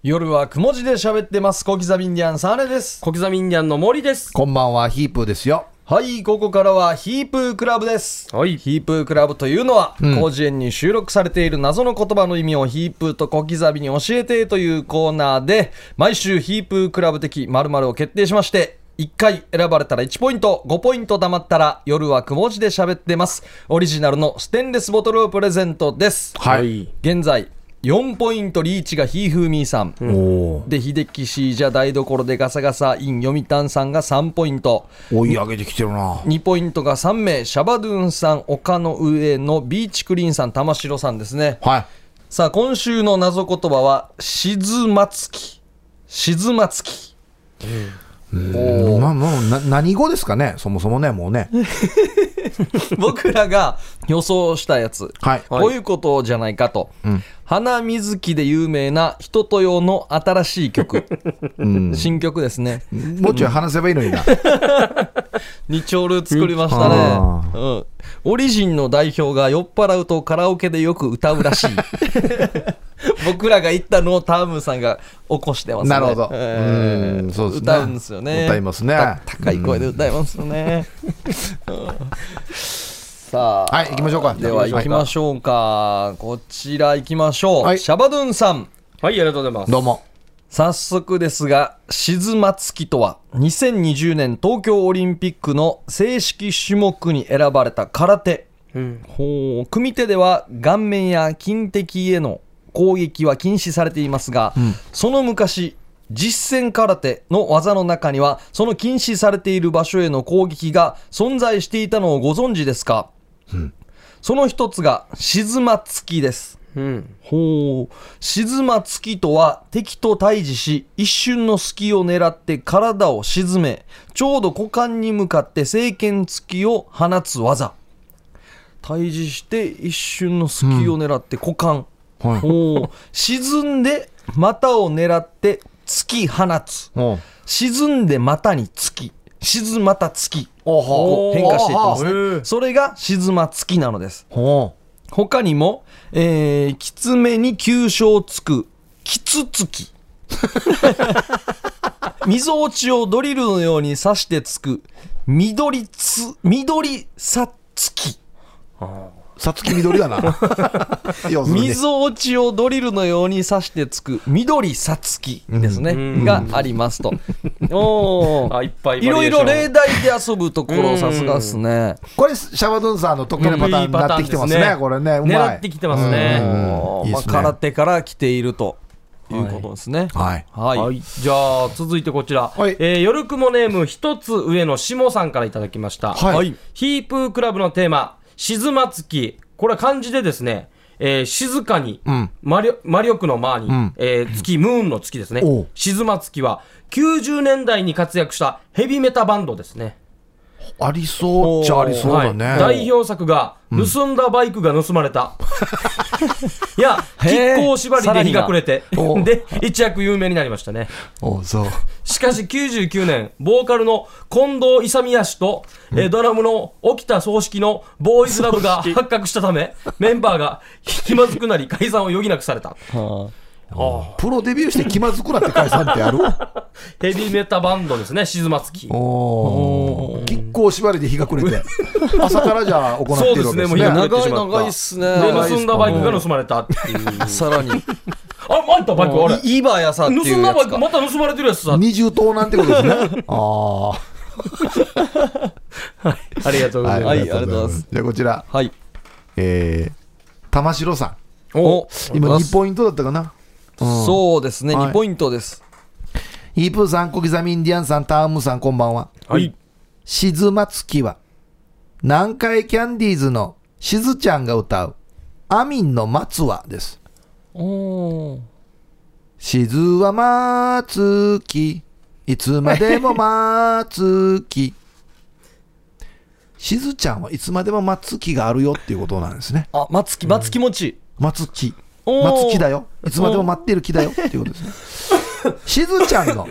Speaker 1: 夜はくも字で喋ってます小刻みインディアンサーレです
Speaker 2: 小刻みインディアンの森です。
Speaker 3: こんばんはヒープーですよ
Speaker 1: はいここからはヒープークラブです
Speaker 2: はい。
Speaker 1: ヒープークラブというのは、
Speaker 3: うん
Speaker 1: 広辞苑に収録されている謎の言葉の意味をヒープーと小刻みに教えてというコーナーで、毎週ヒープークラブ的〇〇を決定しまして、1回選ばれたら1ポイント、5ポイント貯まったら夜はくも字で喋ってます。オリジナルのステンレスボトルをプレゼントです。
Speaker 2: はい。
Speaker 1: 現在、4ポイントリーチがヒーフーミーさん。
Speaker 3: おお
Speaker 1: で、秀吉氏じゃ台所でガサガサイン読谷さんが3ポイント。
Speaker 3: 追い上げてきてるな
Speaker 1: 2ポイントが3名、シャバドゥンさん、丘の上のビーチクリーンさん、玉城さんですね。
Speaker 3: はい
Speaker 1: さあ、今週の謎言葉は、静まつき。静まつき。おー
Speaker 3: まあまあな何語ですかねそもそもねもうね
Speaker 1: 僕らが予想したやつ。
Speaker 3: はい
Speaker 1: こういうことじゃないかと。
Speaker 3: ん
Speaker 1: 花水木で有名な人と用の新しい曲。
Speaker 3: うん
Speaker 1: 新曲ですね。
Speaker 3: もうちょい話せばいいの
Speaker 1: [laughs]
Speaker 3: にな
Speaker 1: 2丁ル作りました
Speaker 3: あ
Speaker 1: ね、うん、オリジンの代表が酔っ払うとカラオケでよく歌う
Speaker 3: [laughs]
Speaker 1: らしい僕らが言ったのをタームさんが起こしてますね
Speaker 3: なるほど
Speaker 1: えー
Speaker 3: うんそうですね
Speaker 1: 歌うんですよね
Speaker 3: 歌いますね
Speaker 1: た高い声で歌いますよね、うんさあ
Speaker 3: はい行きましょうか
Speaker 1: では行きましょうかこちら行きましょう、
Speaker 3: はい
Speaker 1: シャバドゥンさん
Speaker 2: はい、ありがとうございます。
Speaker 3: どうも
Speaker 1: 早速ですが、静まつきとは、2020年東京オリンピックの正式種目に選ばれた空手。
Speaker 2: うん。
Speaker 1: ほう組手では顔面や金敵への攻撃は禁止されていますが、その昔実践空手の技の中にはその禁止されている場所への攻撃が存在していたのをご存知ですか、その一つが静まつきです
Speaker 2: うん。
Speaker 1: ほう静まつきとは敵と対峙し一瞬の隙を狙って体を沈めちょうど股間に向かって正拳突きを放つ技対峙して一瞬の隙を狙って股間、
Speaker 3: はい
Speaker 1: ほう沈んで股を狙って突き放つ
Speaker 3: おう
Speaker 1: 沈んで股に突き沈また突きこう変化していってます
Speaker 2: おーへ
Speaker 1: ね
Speaker 2: ー
Speaker 1: それが沈ま突きなのです
Speaker 3: お
Speaker 1: 他にも、えー、きつめに急所をつく、きつつ [laughs] き。溝落ちをドリルのように刺してつく、緑つ、緑さつき。
Speaker 3: うさつき緑だな要するに
Speaker 1: 溝落ちをドリルのように刺してつく、緑さつきですね。
Speaker 2: うん
Speaker 1: がありますと。お
Speaker 2: あ、
Speaker 1: ー
Speaker 2: いっぱい
Speaker 1: いろいろ例
Speaker 2: 題。
Speaker 1: 題で遊ぶところさすがですね。
Speaker 3: これシャバドゥンさんの得意なパターンになってきてます
Speaker 2: 得
Speaker 3: ね
Speaker 2: 意パターンですね
Speaker 3: これねうまい
Speaker 2: 狙ってきてますね
Speaker 3: うん
Speaker 1: おー
Speaker 3: いいで
Speaker 1: まあ、
Speaker 3: すね
Speaker 1: 空手から来ているということですね。
Speaker 3: はい
Speaker 1: はい。
Speaker 2: はい。じゃあ、続いてこちら。
Speaker 3: はい
Speaker 2: えー、夜雲ネーム一つ上の下さんからいただきました。
Speaker 3: はい
Speaker 2: ヒープークラブのテーマ、静まつき。これは漢字でですね、えー静かに、
Speaker 3: ん
Speaker 2: 魔力魔力の魔に、
Speaker 3: ん
Speaker 2: えー月、ムーンの月ですね
Speaker 3: おう。
Speaker 2: 静まつきは、90年代に活躍したヘビメタバンドですね。
Speaker 3: ありそうっちゃありそうだね、
Speaker 2: はい代表作が、盗んだバイクが盗ま
Speaker 3: [laughs]
Speaker 2: れた。いや、
Speaker 1: へー
Speaker 2: 亀甲縛りで日が暮れて
Speaker 3: らに、な
Speaker 2: で、一躍有名になりましたね。
Speaker 3: おうそう
Speaker 2: しかし99年、ボーカルの近藤勇也氏と、えードラムの沖田葬式のボーイズラブが発覚したため、メンバーが気まずくなり解散を余儀なくされた。
Speaker 1: は
Speaker 3: プロデビューして気まずくなって解散ってある
Speaker 2: ヘビーメタバンドですね、静まつき。
Speaker 3: おお結構縛りで日が暮れて朝からじゃあ行っているわけですね
Speaker 2: そうですねもう日
Speaker 1: あ
Speaker 2: が暮れて
Speaker 1: 長い長いっすね。
Speaker 2: で、
Speaker 3: あ
Speaker 2: 盗んだバイクが盗まれたって
Speaker 1: [laughs]
Speaker 2: いう。
Speaker 1: さらに。
Speaker 2: あ、またバイク、あれ。
Speaker 1: イイバヤさってい
Speaker 2: 盗
Speaker 1: うん
Speaker 2: だ
Speaker 1: や
Speaker 2: バ
Speaker 1: つ
Speaker 2: イク、
Speaker 1: か。
Speaker 2: また盗まれてるやつさ。
Speaker 3: 二重盗難ってことですねああ
Speaker 2: ありがとうございます。
Speaker 1: はいありがとうございます。
Speaker 3: じゃあこちら、
Speaker 1: はい。
Speaker 3: えー、玉城さ
Speaker 1: お
Speaker 3: ん。今2ポイントだったかな。うん
Speaker 1: そうですね、
Speaker 3: はい
Speaker 1: 2ポイントです。
Speaker 3: ヒープーさん、小刻みインディアンさん、タームさん、こんばんは。
Speaker 2: はい。
Speaker 3: 静まつきは、南海キャンディーズのしずちゃんが歌う、アミンの松はです。
Speaker 1: おー
Speaker 3: しずは松き、いつまでも松き。しずちゃんはいつまでも松きがあるよっていうことなんですね。
Speaker 1: あ、松木、松木持ち。
Speaker 3: 松き。
Speaker 1: おー
Speaker 3: 松木だよ。いつまでも待ってる木だよっていうことですね。しずちゃんの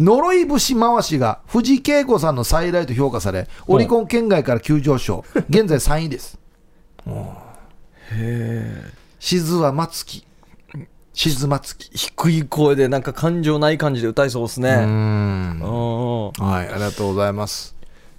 Speaker 3: 呪い節回しが藤井恵子さんの再来と評価され、オリコン県外から急上昇、現在3位です。しずは松木。しず松木。
Speaker 1: 低い声で、なんか感情ない感じで歌いそうです
Speaker 3: うー
Speaker 1: ね。
Speaker 3: ん
Speaker 1: うん
Speaker 3: はい、ありがとうございます。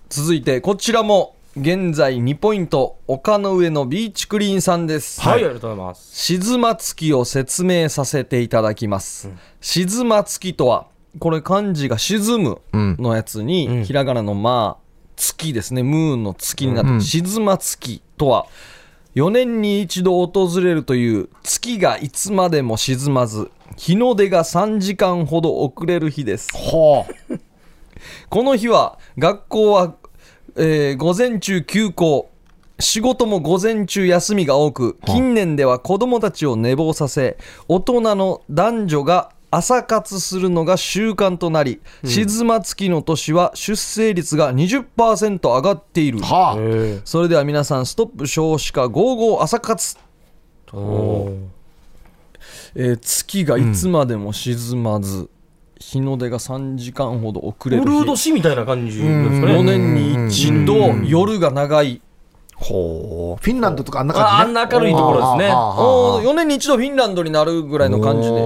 Speaker 1: 続いて、こちらも、現在2ポイント、丘の上のビーチクリーンさんです。
Speaker 2: はい、ありがとうございます。
Speaker 1: 静まつきを説明させていただきます。静まつきとは、これ漢字が沈む
Speaker 3: うん
Speaker 1: のやつに、
Speaker 2: うん
Speaker 1: ひらがなのまあ、月ですね、ムーンの月になって、
Speaker 3: うん
Speaker 1: 静まつきとは、4年に一度訪れるという月がいつまでも沈まず、日の出が3時間ほど遅れる日です。
Speaker 3: ほう。
Speaker 1: この日は学校は、えー午前中休校仕事も午前中休みが多く近年では子供たちを寝坊させ大人の男女が朝活するのが習慣となり、静まつきの年は出生率が20%上がっている
Speaker 3: はあ。
Speaker 2: え
Speaker 1: それでは皆さんストップ少子化55朝活、
Speaker 2: ー、お
Speaker 1: えー月がいつまでも沈まず、日の出が3時間ほど遅れる
Speaker 2: ーウ
Speaker 1: 日
Speaker 2: ルード氏みたいな感じなんですか
Speaker 1: 4
Speaker 2: ね。
Speaker 1: 年に一度夜が長い
Speaker 3: ほう。フィンランドとかあんな
Speaker 2: ああ
Speaker 3: 感じ、
Speaker 2: ん
Speaker 3: ね。
Speaker 2: な明るいところですね。
Speaker 3: あ
Speaker 1: お4年に一度フィンランドになるぐらいの感じで、え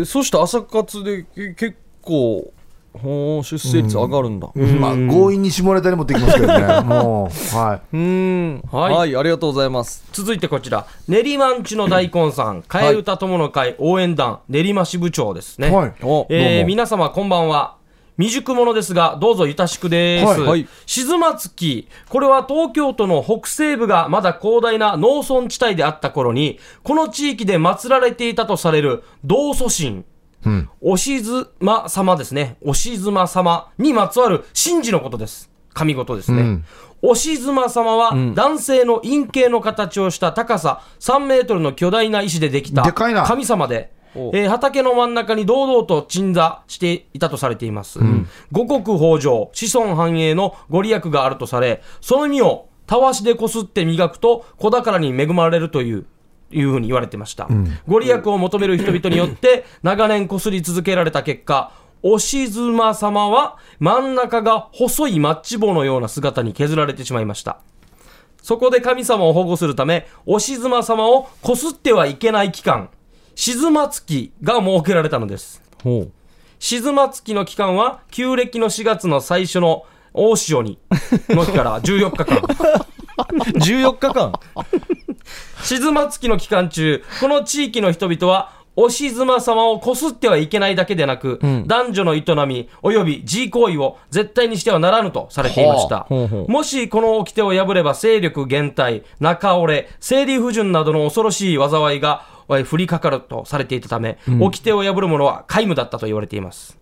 Speaker 1: ー、そして朝活でけ結構ほー出生率上がるんだう
Speaker 3: まあ、強引に下ネタに持ってきますけど
Speaker 1: [laughs]
Speaker 3: ね。もう、は
Speaker 1: ーん
Speaker 2: は
Speaker 1: はいい、ありがとうございます
Speaker 2: 続いてこちら、練馬んちの大根さん、替え歌友の会応援団、練馬支部長です
Speaker 3: い。
Speaker 2: ね。
Speaker 3: はい。
Speaker 1: お
Speaker 2: え
Speaker 3: どう
Speaker 2: ー、
Speaker 3: も
Speaker 2: 皆様こんばんは。未熟者ですが、どうぞゆたしくです。
Speaker 3: はい
Speaker 1: はい
Speaker 2: 静松木、これは東京都の北西部がまだ広大な農村地帯であった頃に、この地域で祀られていたとされる道祖神、
Speaker 3: うん
Speaker 2: おしずま様ですね。おしずま様にまつわる神事のことです。神事ですね。
Speaker 3: うん
Speaker 2: おしずま様は、男性の陰茎の形をした高さ3メートルの巨大な石でできた
Speaker 3: でかいな
Speaker 2: 神様で、
Speaker 1: お
Speaker 2: えー畑の真ん中に堂々と鎮座していたとされています。五穀豊穣、子孫繁栄のご利益があるとされ、その実をたわしでこすって磨くと子宝に恵まれるという。いうふうに言われてました、ご利益を求める人々によって長年こすり続けられた結果おしずま様は真ん中が細いマッチ棒のような姿に削られてしまいましたそこで神様を保護するため、おしずま様をこすってはいけない期間、静ま月が設けられたのです。
Speaker 1: ほ
Speaker 2: 静ま月の期間は、旧暦の4月の最初の大潮に、の日から14日間。
Speaker 1: う14日間
Speaker 2: 静ま月の期間中、この地域の人々は、おしずま様をこすってはいけないだけでなく、男女の営み、および自行為を絶対にしてはならぬとされていました。
Speaker 1: ほうほう
Speaker 2: もしこの掟を破れば、勢力減退、中折れ、生理不順などの恐ろしい災いがえー降りかかるとされていたため、掟を破る者は皆無だったと言われています。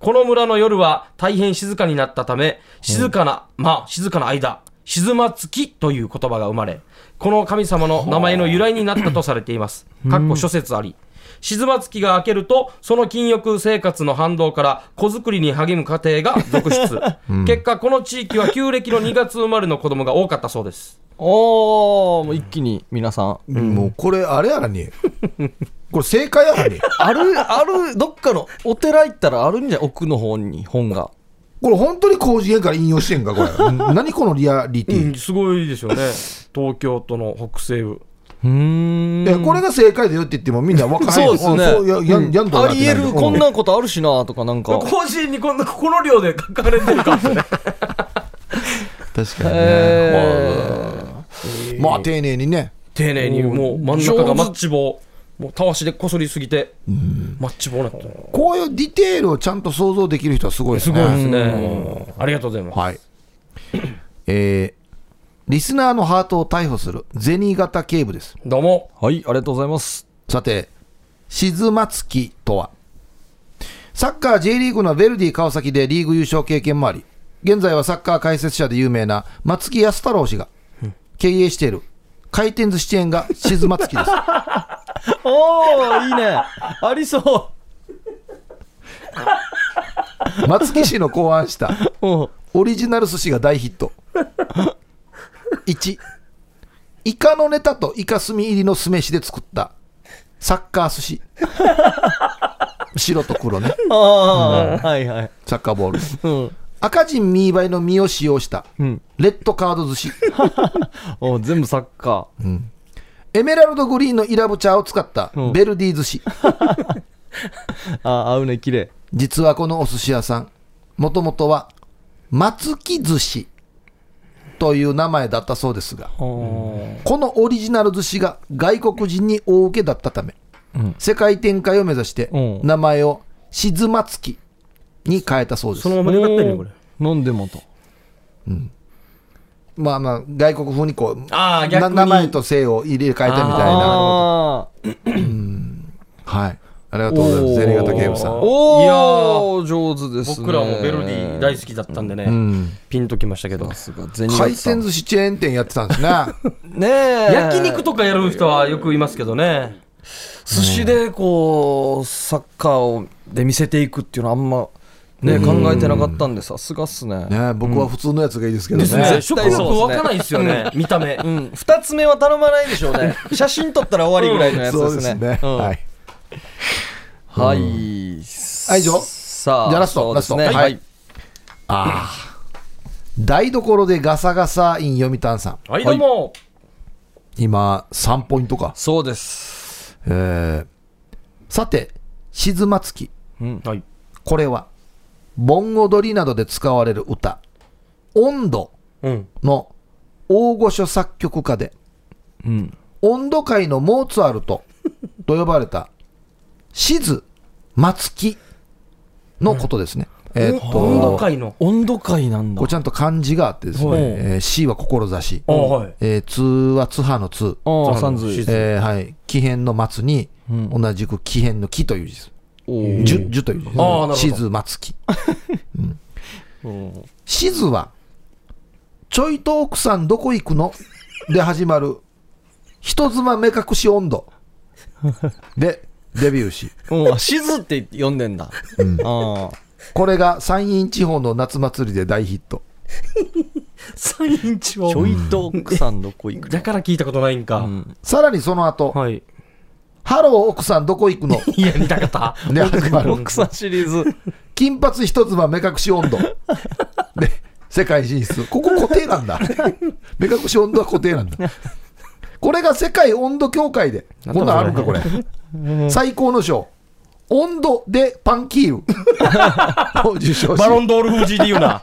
Speaker 2: この村の夜は大変静かになったため、静かな、まあ、静かな間、静まつきという言葉が生まれ、この神様の名前の由来になったとされています。かっこ諸説あり。静まつきが明けると、その禁欲生活の反動から子作りに励む家庭が続出。結果、この地域は旧暦の2月生まれの子供が多かったそうです。
Speaker 1: おーもう一気に皆さん
Speaker 3: もうこれあれやらにこれ正解やらに
Speaker 1: あるあるどっかのお寺行ったらあるんじゃん奥の方に本が
Speaker 3: これ本当に広辞苑から引用してんかこれ何このリアリティ、
Speaker 2: すごいですよね。東京都の北西 [laughs] 部。
Speaker 1: うーん
Speaker 3: いやこれが正解だよって言ってもみんな分からへん
Speaker 1: そうですね
Speaker 3: あそうややんやんと
Speaker 1: あ
Speaker 3: なって
Speaker 1: り
Speaker 3: ない
Speaker 1: え
Speaker 3: けど
Speaker 1: るこんなことあるしなとかなんか
Speaker 2: 甲子園にこんな、この量で書かれてるかもね。
Speaker 3: 確かにね、
Speaker 1: え
Speaker 3: まあ丁寧にね
Speaker 2: 丁寧にもう真ん中がマッチ棒もうたわしでこそりすぎてマッチ棒になった
Speaker 3: こういうディテールをちゃんと想像できる人はすごいです
Speaker 2: す
Speaker 3: ね
Speaker 2: ごいですねありがとうございます
Speaker 3: はいえーリスナーのハートを逮捕する銭形警部です。
Speaker 2: どうも。
Speaker 1: はい、ありがとうございます。
Speaker 3: さて、静松木とは、サッカー J リーグのヴェルディ川崎でリーグ優勝経験もあり、現在はサッカー解説者で有名な松木安太郎氏が経営している回転寿司チェーンが静松木です。
Speaker 1: おー、いいね。ありそ
Speaker 3: 松木氏の考案した
Speaker 1: う。うん。
Speaker 3: オリジナル寿司が大ヒット。1、イカのネタとイカ墨入りの酢飯で作ったサッカー寿司。白と黒ね、
Speaker 1: ああ、はいはい。
Speaker 3: サッカーボール。
Speaker 1: うん。
Speaker 3: 赤人ミーバイの身を使用した
Speaker 1: ん
Speaker 3: レッドカード寿司、 [laughs]
Speaker 1: お全部サッカー。
Speaker 3: エメラルドグリーンのイラブチャーを使った
Speaker 1: うん
Speaker 3: ベルディ寿司、
Speaker 1: あ合うね、綺麗。
Speaker 3: 実はこのお寿司屋さんもともとは松木寿司という名前だったそうですがこのオリジナル寿司が外国人に大受けだったため、世界展開を目指して
Speaker 1: うん
Speaker 3: 名前を静松木に変えたそうです
Speaker 2: そのまま狙ってんねん、これ。
Speaker 1: 飲んでもと。
Speaker 3: まあまあ外国風にこう
Speaker 2: あー逆
Speaker 3: な
Speaker 2: に
Speaker 3: 名前と姓を入れ替えたみたいな
Speaker 1: ああ。
Speaker 3: はい。ありがとうございます。
Speaker 1: おー
Speaker 3: ゼリガタ警部さん。
Speaker 1: おー、
Speaker 2: い
Speaker 1: い
Speaker 2: や
Speaker 1: や
Speaker 2: ー
Speaker 1: 上手ですね。
Speaker 2: 僕らもベルディ大好きだったんでね、
Speaker 3: ん
Speaker 2: ピンときましたけど
Speaker 1: さ。すが、銭
Speaker 3: 回
Speaker 1: 形さ
Speaker 3: 転
Speaker 1: ん
Speaker 3: 寿司チェーン店やってた
Speaker 1: [laughs]
Speaker 3: んですね。
Speaker 1: ねえ。
Speaker 2: 焼肉とかやる人はよくいますけどね。
Speaker 1: 寿司でこうサッカーをで見せていくっていうのはあんまね
Speaker 3: うん
Speaker 1: 考えてなかったんでさすがっすね
Speaker 3: ね僕は普通のやつがいいですけど
Speaker 1: です
Speaker 3: ね
Speaker 1: ね。
Speaker 2: 食
Speaker 1: 絶対
Speaker 2: 欲
Speaker 1: そうですね
Speaker 2: 湧かないですよね、見た目。
Speaker 1: うん2つ目は頼まないでしょうね写真撮ったら終わりぐらいのやつ
Speaker 3: そう
Speaker 1: で
Speaker 3: ですすね
Speaker 1: ね。うん
Speaker 3: は。
Speaker 1: はいい
Speaker 3: あ以上
Speaker 1: さあ
Speaker 3: じゃあラスト
Speaker 1: そうですね
Speaker 3: ラスト
Speaker 1: はい
Speaker 3: 台所でガサガサイン読谷さん。
Speaker 2: はい、どうも。
Speaker 3: 今、3ポイントか。
Speaker 1: そうです
Speaker 3: えーさて、静松木。
Speaker 2: はい。
Speaker 3: これは、盆踊りなどで使われる歌、温度
Speaker 2: うん。
Speaker 3: の大御所作曲家で、
Speaker 1: うん
Speaker 3: 温度界のモーツァルトと呼ばれた静松木のことですね。えーっと
Speaker 2: 温度界の。
Speaker 1: 温度界なんだ
Speaker 3: こうちゃんと漢字があってですね、
Speaker 2: はい
Speaker 3: えー C は志、
Speaker 2: あはい。
Speaker 3: えー、通は津波の通、
Speaker 1: ああ
Speaker 2: そうな
Speaker 1: 三
Speaker 2: んだ
Speaker 1: 髄
Speaker 3: えーはい、木変の松に、
Speaker 1: うん
Speaker 3: 同じく木変の木という字です。
Speaker 1: おー
Speaker 3: 樹、樹という字です
Speaker 2: あーなるほど
Speaker 3: 静松
Speaker 2: [laughs]
Speaker 3: 木。
Speaker 1: うん
Speaker 3: 静は、ちょいと奥さんどこ行くので始まる、人妻目隠し温度でデビューし、
Speaker 1: うんあしずって呼んでんだああ
Speaker 3: これが山陰地方の夏祭りで大ヒット。
Speaker 2: 3インチを
Speaker 1: ちょいと奥さんどこ行く
Speaker 2: だから聞いたことないんか。
Speaker 1: うん
Speaker 3: さらにその後、
Speaker 2: はい。
Speaker 3: ハロー奥さんどこ行くの
Speaker 2: いや、似た方。
Speaker 3: で始まる、
Speaker 1: 奥さんシリーズ
Speaker 3: 金髪一つは目隠し温度で世界進出ここ固定なんだ目隠し温度は固定なんだこれが世界温度協会でこんなんあるんかこれ最高の賞温度でパンキールを受賞し
Speaker 2: [laughs] バロンドール風ーで言うな。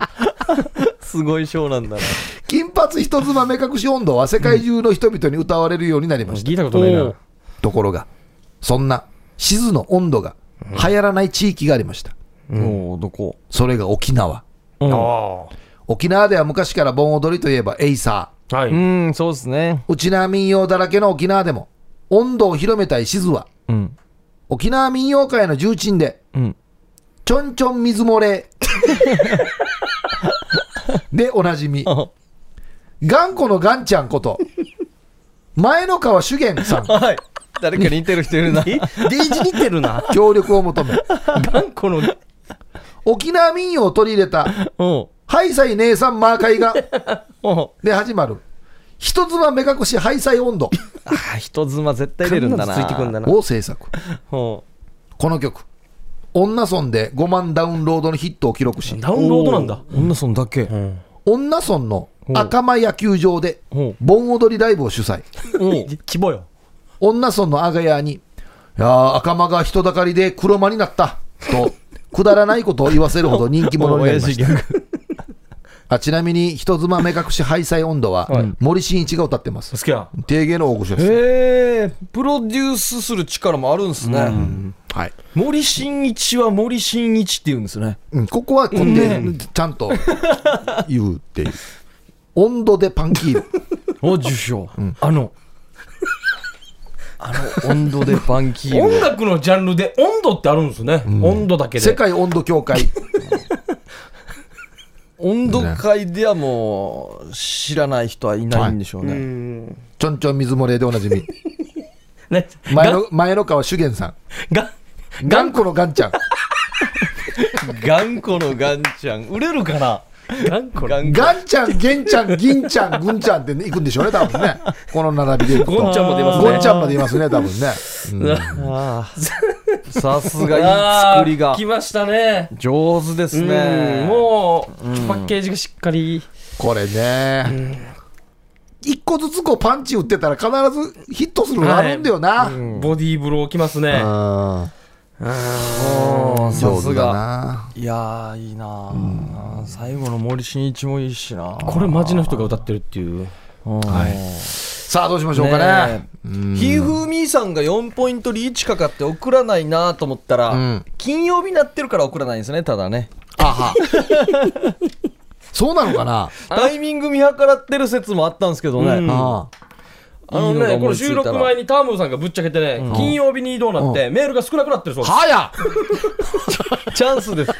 Speaker 1: すごいショーなんだな
Speaker 3: 金髪一つは目隠し温度は世界中の人々に歌われるようになりました、
Speaker 2: [laughs] 聞いたことないな。
Speaker 3: ところがそんな静の温度が流行らない地域がありました
Speaker 1: おおどこ
Speaker 3: それが沖縄
Speaker 1: うん
Speaker 2: あ
Speaker 3: 沖縄では昔から盆踊りといえばエイサー
Speaker 2: あ。は
Speaker 1: う
Speaker 2: い。
Speaker 1: ん、そうですね。
Speaker 3: 沖縄民謡だらけの沖縄でも、温度を広めたい静は、
Speaker 1: うん。
Speaker 3: 沖縄民謡界の重鎮で、
Speaker 1: うん。
Speaker 3: ちょんちょん水漏れ。 [laughs] で、おなじみ。
Speaker 1: あ
Speaker 3: 頑固のガンちゃんこと、前の川修玄さん、
Speaker 1: はい。誰か似てる人い [laughs] るな。
Speaker 2: え、デイジ似てるな。
Speaker 3: 協力を求め、
Speaker 2: 頑固の。
Speaker 3: 沖縄民謡を取り入れた、
Speaker 1: うん。
Speaker 3: ハイサイ姉さんマーカイが、
Speaker 2: [laughs]
Speaker 1: うん。
Speaker 3: で始まる、一つは目隠しハイサイ温度
Speaker 1: あ、人妻絶対出るんだな。
Speaker 2: 必ずついてくんだな。
Speaker 3: を制作。
Speaker 1: うん。
Speaker 3: この曲、女村で5万ダウンロードのヒットを記録し、
Speaker 2: ダウンロードなんだ。
Speaker 1: 女村だけ。
Speaker 2: うん。
Speaker 3: 女村の赤間野球場で
Speaker 1: うん。
Speaker 3: 盆踊りライブを主催
Speaker 1: うん。
Speaker 2: 規模よ。
Speaker 3: 女村の阿賀屋に「いやー赤間が人だかりで黒間になった」とくだらないことを言わせるほど人気者になりましたあちなみに人妻目隠しハイサイ温度は
Speaker 2: はい
Speaker 3: 森進一が歌ってま
Speaker 2: 好
Speaker 3: す
Speaker 2: きや。
Speaker 3: 定芸の大御所です、
Speaker 1: へえ、プロデュースする力もあるんですね。
Speaker 3: はい
Speaker 1: 森進一は森進一って言うんですね。
Speaker 3: うんここはこんでちゃんと言うっていう温度でパンキール
Speaker 1: お受賞、あのあの温度でパンキー
Speaker 2: 音
Speaker 1: ル
Speaker 2: 楽のジャンルで温度ってあるんですね、温度だけで
Speaker 3: 世界温度協会
Speaker 1: 温度界ではもう知らない人はいないんでしょうね、
Speaker 2: うん
Speaker 3: ちょんちょん水漏れでおな
Speaker 2: [laughs]
Speaker 3: じみ
Speaker 2: ね
Speaker 3: 前の前の川修源さ
Speaker 2: が
Speaker 3: ん頑固のガンちゃん
Speaker 1: 頑固のガンちゃん売れるかな
Speaker 2: 頑固
Speaker 1: 頑固
Speaker 3: ガンちゃん、ゲンちゃん、銀ちゃん、グンちゃんって行くんでしょうね、多分ね。この並びでいくと。
Speaker 2: ゴンちゃんも出ますね
Speaker 3: ゴンちゃんまでいますね、多分ね。
Speaker 1: あーさすがいい
Speaker 2: あ
Speaker 1: 作りが
Speaker 2: ー来ましたね
Speaker 1: 上手です
Speaker 2: うん
Speaker 1: ね
Speaker 2: もう、パッケージがしっかり
Speaker 3: これね。一個ずつこうパンチ打ってたら必ずヒットするのがあるんだよな。
Speaker 2: ボディーブローきますね、
Speaker 3: あ
Speaker 1: うん
Speaker 3: ー
Speaker 1: さす
Speaker 3: 上手だ
Speaker 1: が
Speaker 3: ない
Speaker 1: やーいいなー最後の森進一もいいしな
Speaker 2: これマジの人が歌ってるっていう
Speaker 1: はい
Speaker 3: さあ、どうしましょうかね。うん
Speaker 1: ひふみーさんが4ポイントリーチかかって送らないなと思ったら、
Speaker 3: うん
Speaker 1: 金曜日になってるから送らないんですねただね
Speaker 3: あ
Speaker 2: [laughs]
Speaker 3: は。そうなのかな
Speaker 1: タイミング見計らってる説もあったんですけどね、
Speaker 2: うん
Speaker 3: あー
Speaker 2: あの
Speaker 1: いいのが
Speaker 2: ねこ
Speaker 1: 思
Speaker 2: れ
Speaker 1: いついた
Speaker 2: 収
Speaker 1: ら
Speaker 2: 録前にタームーさんがぶっちゃけてね、金曜日にどうなって、メールが少なくなってるそうです
Speaker 3: はや
Speaker 1: チャンスです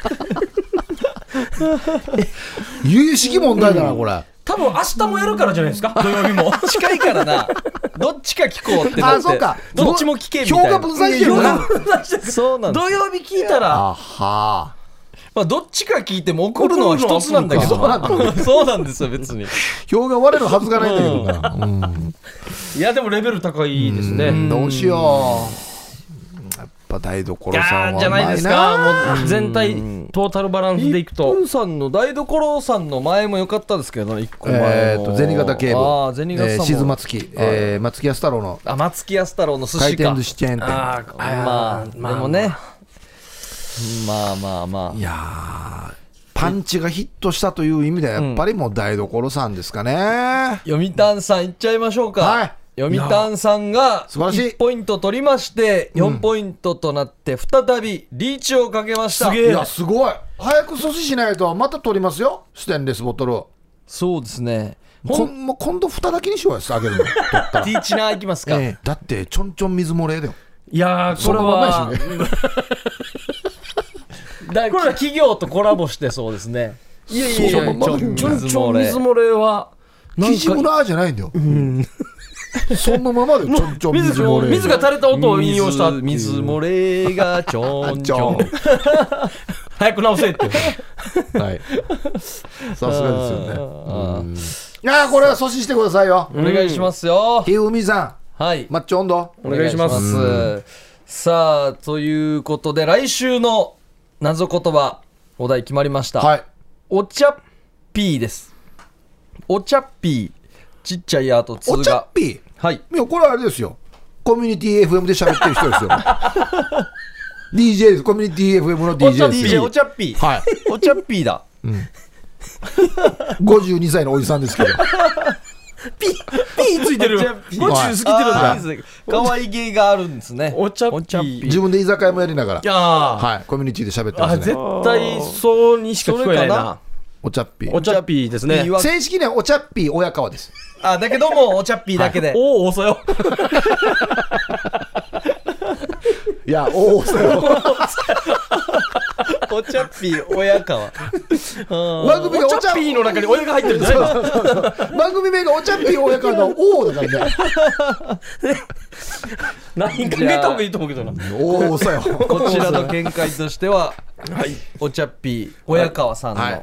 Speaker 3: 有識問題だな、これ。
Speaker 2: 多分明日もやるからじゃないですか土曜日も
Speaker 1: 近いからなどっちか聞こうってなっ
Speaker 3: あ
Speaker 1: て
Speaker 3: ー、そうか。
Speaker 1: どっちも聞けみたい
Speaker 3: 表
Speaker 1: な
Speaker 3: が分散してるな。
Speaker 1: そうなんです
Speaker 2: 土曜日聞いたら
Speaker 3: あは。
Speaker 1: まあ、どっちか聞いても怒るのは一つなんだけど
Speaker 3: 怒るのは怒
Speaker 1: そうなんですよ別に
Speaker 3: 票が割れるはずがないんだけどな。うん
Speaker 2: いやでもレベル高いですね、
Speaker 3: どうしよう。やっぱ台所
Speaker 2: い
Speaker 3: さ
Speaker 2: や
Speaker 3: ん
Speaker 2: ー
Speaker 3: は
Speaker 2: じ
Speaker 3: う
Speaker 2: ゃな
Speaker 3: ま
Speaker 2: いで
Speaker 3: い
Speaker 2: す
Speaker 3: な。
Speaker 2: か、もう全体、トータルバランスでいく
Speaker 1: プ
Speaker 2: と、
Speaker 1: ンさんの台所さんの前も良かったですけどね一個前も
Speaker 3: えっと銭形警部、
Speaker 1: ああ銭形さん
Speaker 3: えー
Speaker 1: も
Speaker 3: 静松木、えー松木安太郎の
Speaker 1: あ松木安太郎の寿
Speaker 3: 回
Speaker 1: 司か
Speaker 3: 転寿司チェーン店。
Speaker 2: あー
Speaker 1: まあ
Speaker 2: ー
Speaker 1: でもねまあまあま
Speaker 3: いやーパンチがヒットしたという意味ではやっぱりもう台所さんですかね。
Speaker 1: あ読谷さんいっちゃいましょうか、
Speaker 3: はい
Speaker 1: 読谷さんが
Speaker 3: 素晴らしい
Speaker 1: 1ポイント取りまして4ポイントとなって再びリーチをかけました、
Speaker 2: すげえ
Speaker 3: いやすごい早く阻止しないとまた取りますよステンレスボトルを
Speaker 1: そうですね
Speaker 3: こ
Speaker 1: 本
Speaker 3: んもう今度蓋だけにしようやあげるの取ったら
Speaker 1: ティーチナーいきますか、
Speaker 3: [laughs] ええだってちょんちょん水漏れだよ
Speaker 2: いやー、こ
Speaker 3: そ
Speaker 2: れ
Speaker 3: のままや
Speaker 2: は
Speaker 3: しね、
Speaker 1: だこれ企業とコラボしてそうですね。いやい
Speaker 3: やいやそう
Speaker 1: ちょ
Speaker 3: そうまあ
Speaker 1: んちょ
Speaker 2: ちょ
Speaker 1: ん
Speaker 2: ん
Speaker 1: 水
Speaker 2: ちょ
Speaker 1: 漏
Speaker 2: ん水
Speaker 1: れ。
Speaker 2: 漏れは、なん
Speaker 3: キジム
Speaker 2: か、
Speaker 3: ラーじゃないんだよ。そのままでちょんちょん水
Speaker 2: 水
Speaker 3: 漏れ。
Speaker 2: 水が垂れた音を引用したっていう、
Speaker 1: 水水漏れがちょんちょん。 [laughs]
Speaker 2: 早く直せって。
Speaker 3: はい。さすがですよね。
Speaker 1: あー
Speaker 3: いやーこれは阻止してくださいよ。
Speaker 1: お願いしますよ。
Speaker 3: ひうみさ
Speaker 1: はい
Speaker 3: ん、。マッチョ温度。
Speaker 2: お願いします
Speaker 1: お願いしますさあ、ということで、来週の謎言葉、お題決まりました。
Speaker 3: はい。
Speaker 1: お茶っぴーです。お茶っぴー。ちっちゃいやとつ
Speaker 3: お茶
Speaker 1: が
Speaker 3: っ。ぴ
Speaker 1: はい。
Speaker 3: ー。いや、これはあれですよ。コミュニティ FM で喋ってる人ですよ。DJ です。コミュニティ FM の
Speaker 1: お茶
Speaker 3: DJ
Speaker 1: っ
Speaker 3: で
Speaker 1: ぴ
Speaker 3: す
Speaker 1: ー、お
Speaker 3: よ。
Speaker 1: 茶っぴー。
Speaker 3: はい。
Speaker 1: お茶っぴーだ。
Speaker 3: 52歳のおじさん [laughs] ですけど。
Speaker 2: ピー、ピーついてる。
Speaker 1: お茶
Speaker 2: 50
Speaker 1: っ
Speaker 2: 過
Speaker 1: ぴ
Speaker 2: ぎ
Speaker 1: ー
Speaker 2: てるんだ。
Speaker 1: だ。可愛げがあるんですね。
Speaker 2: お茶っぴ
Speaker 1: お茶っ
Speaker 2: ー。い
Speaker 3: 自分で居酒屋もやりなが
Speaker 2: や
Speaker 3: ら。
Speaker 2: ー
Speaker 3: はい。コミュニティで喋って
Speaker 2: あ、
Speaker 3: ますね。
Speaker 2: 絶対そうにしか聞こえない
Speaker 1: それかな
Speaker 2: な。
Speaker 3: お茶っぴ
Speaker 2: お
Speaker 3: ー。
Speaker 2: 茶っぴーですね
Speaker 1: いい。わ
Speaker 3: 正式にはお茶っぴー親川です。
Speaker 1: あ、だけども、お茶っぴーだけで。
Speaker 2: おお、遅よ。
Speaker 3: いや、おお、それは
Speaker 1: お茶っぴー、親川。
Speaker 3: 番組が
Speaker 2: お
Speaker 3: お
Speaker 2: 茶
Speaker 3: 茶
Speaker 2: っぴーの中にお湯が入ってるんじゃないの
Speaker 3: 番組名がお茶っぴー親からの王だからね。
Speaker 2: [laughs] 何かけた方がいいと思うけどな。
Speaker 3: 王さよ。
Speaker 1: こちらの見解としては、はい、お茶っぴー、親川さんの、は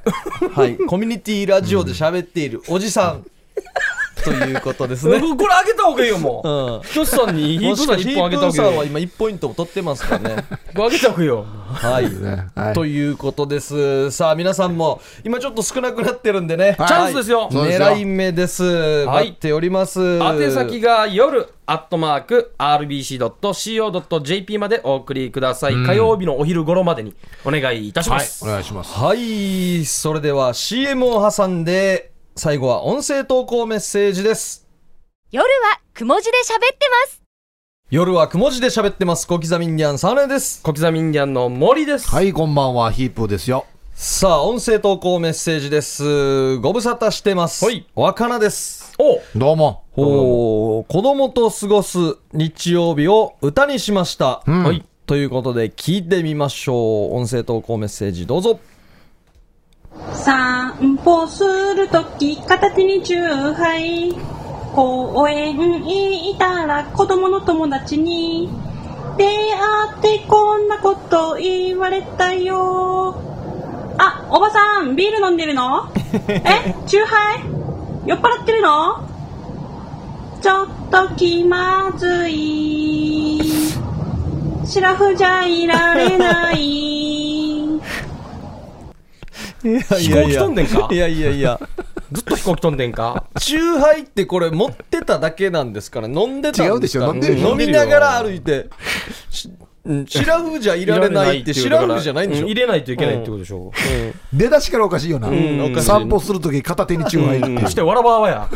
Speaker 3: はいい、
Speaker 1: コミュニティラジオで喋っているおじさん、ということですね。
Speaker 2: 僕これあげた方がいいよ、もう。
Speaker 1: [laughs] うん。
Speaker 2: ひとしさんに、ひ
Speaker 1: も
Speaker 2: と
Speaker 1: し
Speaker 2: し
Speaker 1: か
Speaker 2: さ
Speaker 1: し
Speaker 2: ん
Speaker 1: て、ヒー
Speaker 2: 一本あ
Speaker 1: プ
Speaker 2: げた
Speaker 1: ー
Speaker 2: 方
Speaker 1: さ
Speaker 2: が
Speaker 1: ん
Speaker 2: いい
Speaker 1: は
Speaker 2: よ。
Speaker 1: 今1ポイントを取ってますからね。
Speaker 2: あげた方がいいよ。
Speaker 1: はい。
Speaker 3: はい
Speaker 1: ということです。さあ、皆さんも、今ちょっと少なくなってるんでね。
Speaker 3: はい
Speaker 2: チャンスですよ。
Speaker 3: そうですよ
Speaker 1: 狙い目です。
Speaker 2: はい
Speaker 1: 待っております。
Speaker 2: 宛先が夜アットマーク RBC.CO.JP までお送りください、火曜日のお昼頃までにお願いいたします、
Speaker 3: お願いします。
Speaker 1: はい、それでは CM を挟んで、最後は音声投稿メッセージです。
Speaker 4: 夜はくも字で喋ってます。
Speaker 1: 夜はくも字で喋ってます。小刻みインディアンサーネです。
Speaker 2: 小刻みインディアンの森です、
Speaker 3: はい、こんばんは、ヒープーですよ。
Speaker 1: さあ、音声投稿メッセージです。ご無沙汰してます。
Speaker 2: はい
Speaker 1: わからです。
Speaker 2: お
Speaker 3: どうも。
Speaker 1: ほう、子供と過ごす日曜日を歌にしました。
Speaker 3: ん
Speaker 2: はい。
Speaker 1: ということで、聞いてみましょう。音声投稿メッセージどうぞ。
Speaker 5: 散歩するとき片手にチューハイ公園行ったら子供の友達に出会ってこんなこと言われたよあおばさんビール飲んでるのえチューハイ酔っ払ってるのちょっと気まずいシラフじゃいられない
Speaker 1: 飛
Speaker 2: 飛行機飛んでんか
Speaker 1: いやいやいや。
Speaker 2: ずっと飛行機飛んで
Speaker 1: [laughs]
Speaker 2: んか。
Speaker 1: チューハイってこれ持ってただけなんですから、飲んでたんですから
Speaker 3: 違うでしょ飲んでるよ
Speaker 1: 飲みながら歩いて、しうんシラフじゃいられないって、シ
Speaker 2: いら
Speaker 1: ラ
Speaker 2: れ
Speaker 1: フじゃないんでしょ
Speaker 2: う入れないといけないってことでしょ。
Speaker 3: 出だしからおかしいよな。
Speaker 1: んおかしい
Speaker 3: 散歩するとき片手にチューハイっていう
Speaker 2: そして、わらばわや。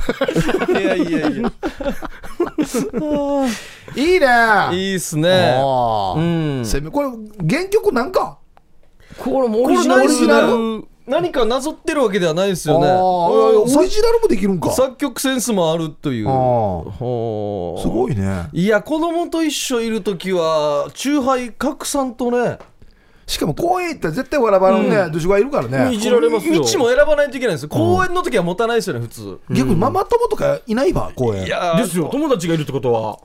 Speaker 1: いやいやいや。
Speaker 3: いいね。
Speaker 1: い
Speaker 3: い
Speaker 1: いっすね。うん
Speaker 3: せめこれ、原曲なんか。
Speaker 2: これも
Speaker 1: こ
Speaker 2: オ
Speaker 1: れ
Speaker 2: リジナ
Speaker 3: オ
Speaker 2: ル
Speaker 3: リジナル
Speaker 1: 何かなぞってるわけではないです
Speaker 3: あ
Speaker 1: よね
Speaker 3: ー
Speaker 1: うん
Speaker 3: オリジナルもできるんか。
Speaker 1: さ作曲センスもあるという
Speaker 3: あー
Speaker 1: ほう
Speaker 3: すごいね。
Speaker 1: いや子供と一緒いる時はチューハイ拡散とね
Speaker 3: しかも公園行ったら絶対わらばのね、女子がいるから
Speaker 2: い
Speaker 3: ね。
Speaker 2: じられますよ。
Speaker 1: 道も選ばないといけないんですよ公園の時は持たないですよね普通
Speaker 3: 逆にママ友とかいないわ、公園。
Speaker 1: い
Speaker 3: 酔
Speaker 1: やー
Speaker 2: ですよ。友達がいるってことは。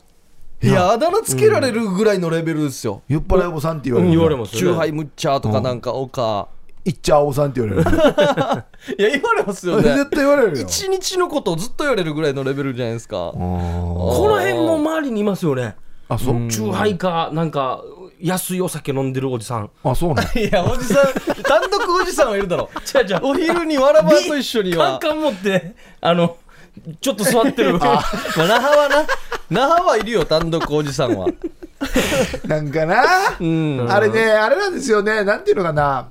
Speaker 1: いやあだ名つけられるぐらいのレベルですよ
Speaker 3: っ払いおばさんって言われる。
Speaker 2: 言われます
Speaker 1: チュー
Speaker 2: よ
Speaker 1: ハイ
Speaker 2: ね。
Speaker 1: むっちゃーとかなんかおか
Speaker 3: いっちゃおばさんって言われる。
Speaker 1: いや言われますよね
Speaker 3: 絶対言われるよ。
Speaker 1: 一日のことをずっと言われるぐらいのレベルじゃないですか
Speaker 3: あ
Speaker 2: この辺も周りにいますよね。
Speaker 3: ーあ、そう。
Speaker 2: チューハイか、なんか、安いお酒飲んでるおじさん。
Speaker 3: あ、そうね。
Speaker 1: いやおじさん単独おじさんはいるだろ
Speaker 2: 違う違う
Speaker 1: お昼にわらばと一緒に
Speaker 2: カ
Speaker 1: は
Speaker 2: ンカン持って、あの、ちょっと座って
Speaker 1: [laughs]
Speaker 2: る。
Speaker 1: まあ、那覇はな、那覇はいるよ、単独おじさんは。
Speaker 3: なんかな。
Speaker 1: うん。
Speaker 3: あれね、あれなんですよね、なんていうのかな、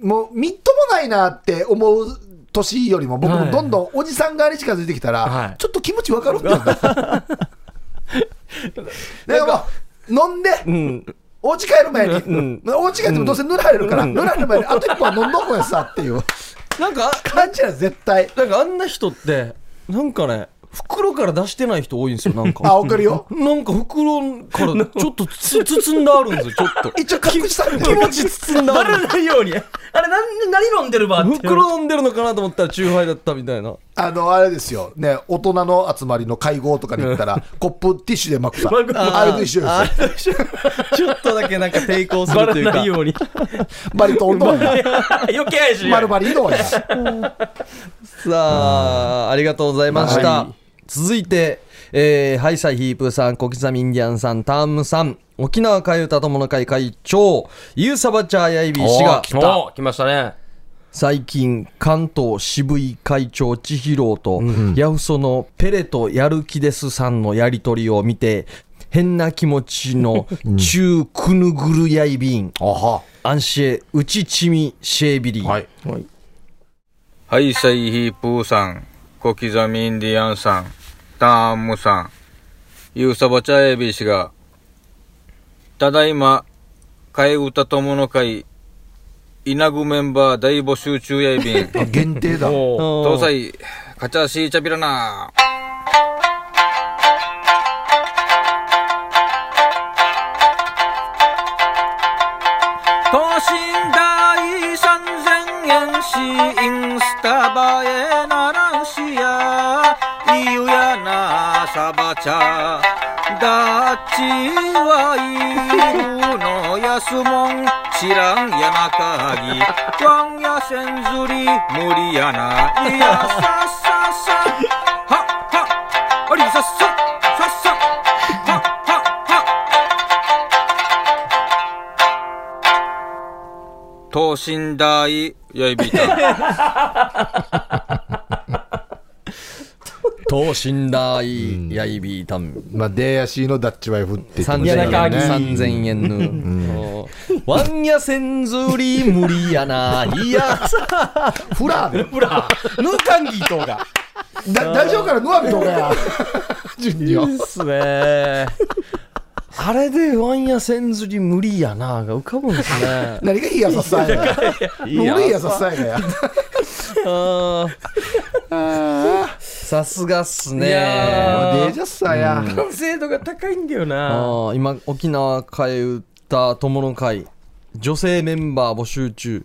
Speaker 3: もうみっともないなって思う年よりも、僕
Speaker 2: は
Speaker 3: も
Speaker 2: い
Speaker 3: どんどんおじさん側に近づいてきたら、
Speaker 2: はい
Speaker 3: ちょっと気持ち分かるんだよな。だからもう、飲んで、
Speaker 1: うん。
Speaker 3: お家帰る前に、お家帰ってもどうせ塗られるから、塗られる前に、あと一本飲んどこうやさっていう
Speaker 1: なんか、
Speaker 3: 感じや、絶対。
Speaker 1: なんかあんな人って、なんかね、袋から出してない人多いんですよ、なん
Speaker 3: あ、
Speaker 1: か。
Speaker 3: わかるよ。
Speaker 1: なんか袋からちょっとつ包んであるんですよ、ちょっと。
Speaker 3: 一応隠したんだ
Speaker 1: 気
Speaker 3: よ
Speaker 1: 持ち包んで
Speaker 2: バ
Speaker 1: ある
Speaker 2: レ。ないように。あれ、なん何飲んでるばって。
Speaker 1: 袋飲んでるのかなと思ったら、チューハイだったみたいな。
Speaker 3: あの、あれですよ。ね、大人の集まりの会合とかに行ったら、コップティッシュで巻くさ。
Speaker 2: 巻く
Speaker 3: あれと一緒ですよ
Speaker 1: あ。れと一緒 [laughs] ちょっとだけなんか抵抗す
Speaker 2: バ
Speaker 1: ると
Speaker 2: レ
Speaker 1: いうか
Speaker 2: ない。ように。
Speaker 3: バリトンと。
Speaker 2: [laughs] 余計やし。
Speaker 3: 丸バリ移動や。
Speaker 1: さあ、ありがとうございました。
Speaker 2: は
Speaker 1: 続いて、えー、ハイサイヒープーさん、小刻みインディアンさん、タームさん、沖縄替え歌友の会会長、ユーサバチャーやいび氏が、
Speaker 2: お来ましたね。
Speaker 1: 最近、関東渋井会長千尋と、ヤフソのペレとやる気ですさんのやりとりを見て、変な気持ちの中くぬぐるやいびん、
Speaker 3: あは。
Speaker 1: アンシェ、うちちみシェービリー。
Speaker 3: はい。
Speaker 6: ハイサイヒープーさん、小刻みインディアンさん、ターンムさん、ユーサバチャエビ氏が、ただいま、替え歌友の会、稲具メンバー大募集中やいびん、
Speaker 3: あ限定だ。
Speaker 2: おー
Speaker 6: 東西、カチャシーチャビラナー。等身大三千円しインスタ映えならんしやいゆやなサバチャダッチはいるのやすもん知らんやなかぎワンやせんずり無理やないやさささははありささささははは等身大やいびた
Speaker 1: 等身大やいびーたん。
Speaker 3: まあ、デーヤシーのダッチワイフって言ってました
Speaker 1: 3000
Speaker 3: けど
Speaker 2: いやなんか
Speaker 3: ね。
Speaker 1: 3000円の、ワンやせんずり無理やないやさ
Speaker 3: フラーで。
Speaker 2: ほら、ヌーカンギー等が。
Speaker 3: だ大丈夫からノアビとかや。ジュニア。
Speaker 1: すねあれでワンやせんずり無理やなが浮かぶんです
Speaker 3: [laughs]
Speaker 1: ね
Speaker 3: 何がいい優しさやねん
Speaker 1: いや
Speaker 3: 俺いい優しさやねん
Speaker 1: あーさすがっすね
Speaker 2: いや
Speaker 3: あーデージャスさや
Speaker 2: 完成度が高いんだよな。
Speaker 1: あー今沖縄替え歌友の会女性メンバー募集中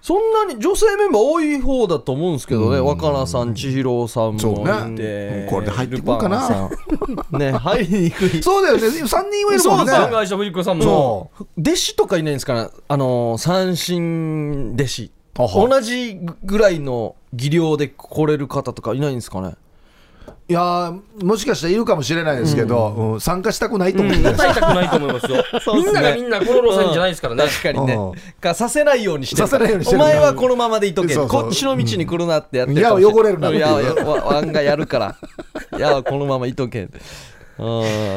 Speaker 1: そんなに女性メンバー多い方だと思うんですけどね若菜さん千尋さん
Speaker 3: そう
Speaker 1: もいて
Speaker 3: ねこれで入ってくるかな
Speaker 1: ルパンさんね入りにくい
Speaker 3: [laughs] そうだよね三人はいるも
Speaker 2: そ
Speaker 3: ん
Speaker 2: う
Speaker 3: ね
Speaker 2: だ、考えした藤子さんも。
Speaker 1: 弟子とかいないんですかねあのー三振弟子
Speaker 3: あは
Speaker 1: 同じぐらいの技量で来れる方とかいないんですかね
Speaker 3: いやーもしかしたらいるかもしれないですけど、うん参加したくないと思うんです
Speaker 2: 叩いたくないと思いますよ。
Speaker 1: そうっすね
Speaker 2: みんながみんなこの路線じゃないですからね。
Speaker 1: 確かにね
Speaker 3: う
Speaker 1: かさせないようにしてる
Speaker 3: させないようにしてる
Speaker 1: お前はこのままでいとけ
Speaker 3: そうそう
Speaker 1: こっちの道に来るなってやって
Speaker 3: うん
Speaker 1: かもし
Speaker 3: いや汚れるなっていう
Speaker 1: ややわ案外やる
Speaker 3: [laughs]
Speaker 1: からいやこのままいとけう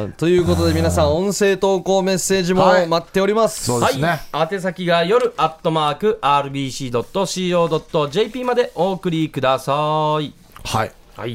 Speaker 1: んということで皆さん音声投稿メッセージも
Speaker 3: はい
Speaker 1: 待っております、
Speaker 3: そう
Speaker 1: は
Speaker 3: で
Speaker 1: い、
Speaker 3: すね
Speaker 2: はい、宛先が夜アットマーク RBC.CO.JP までお送りください。
Speaker 3: はい
Speaker 2: は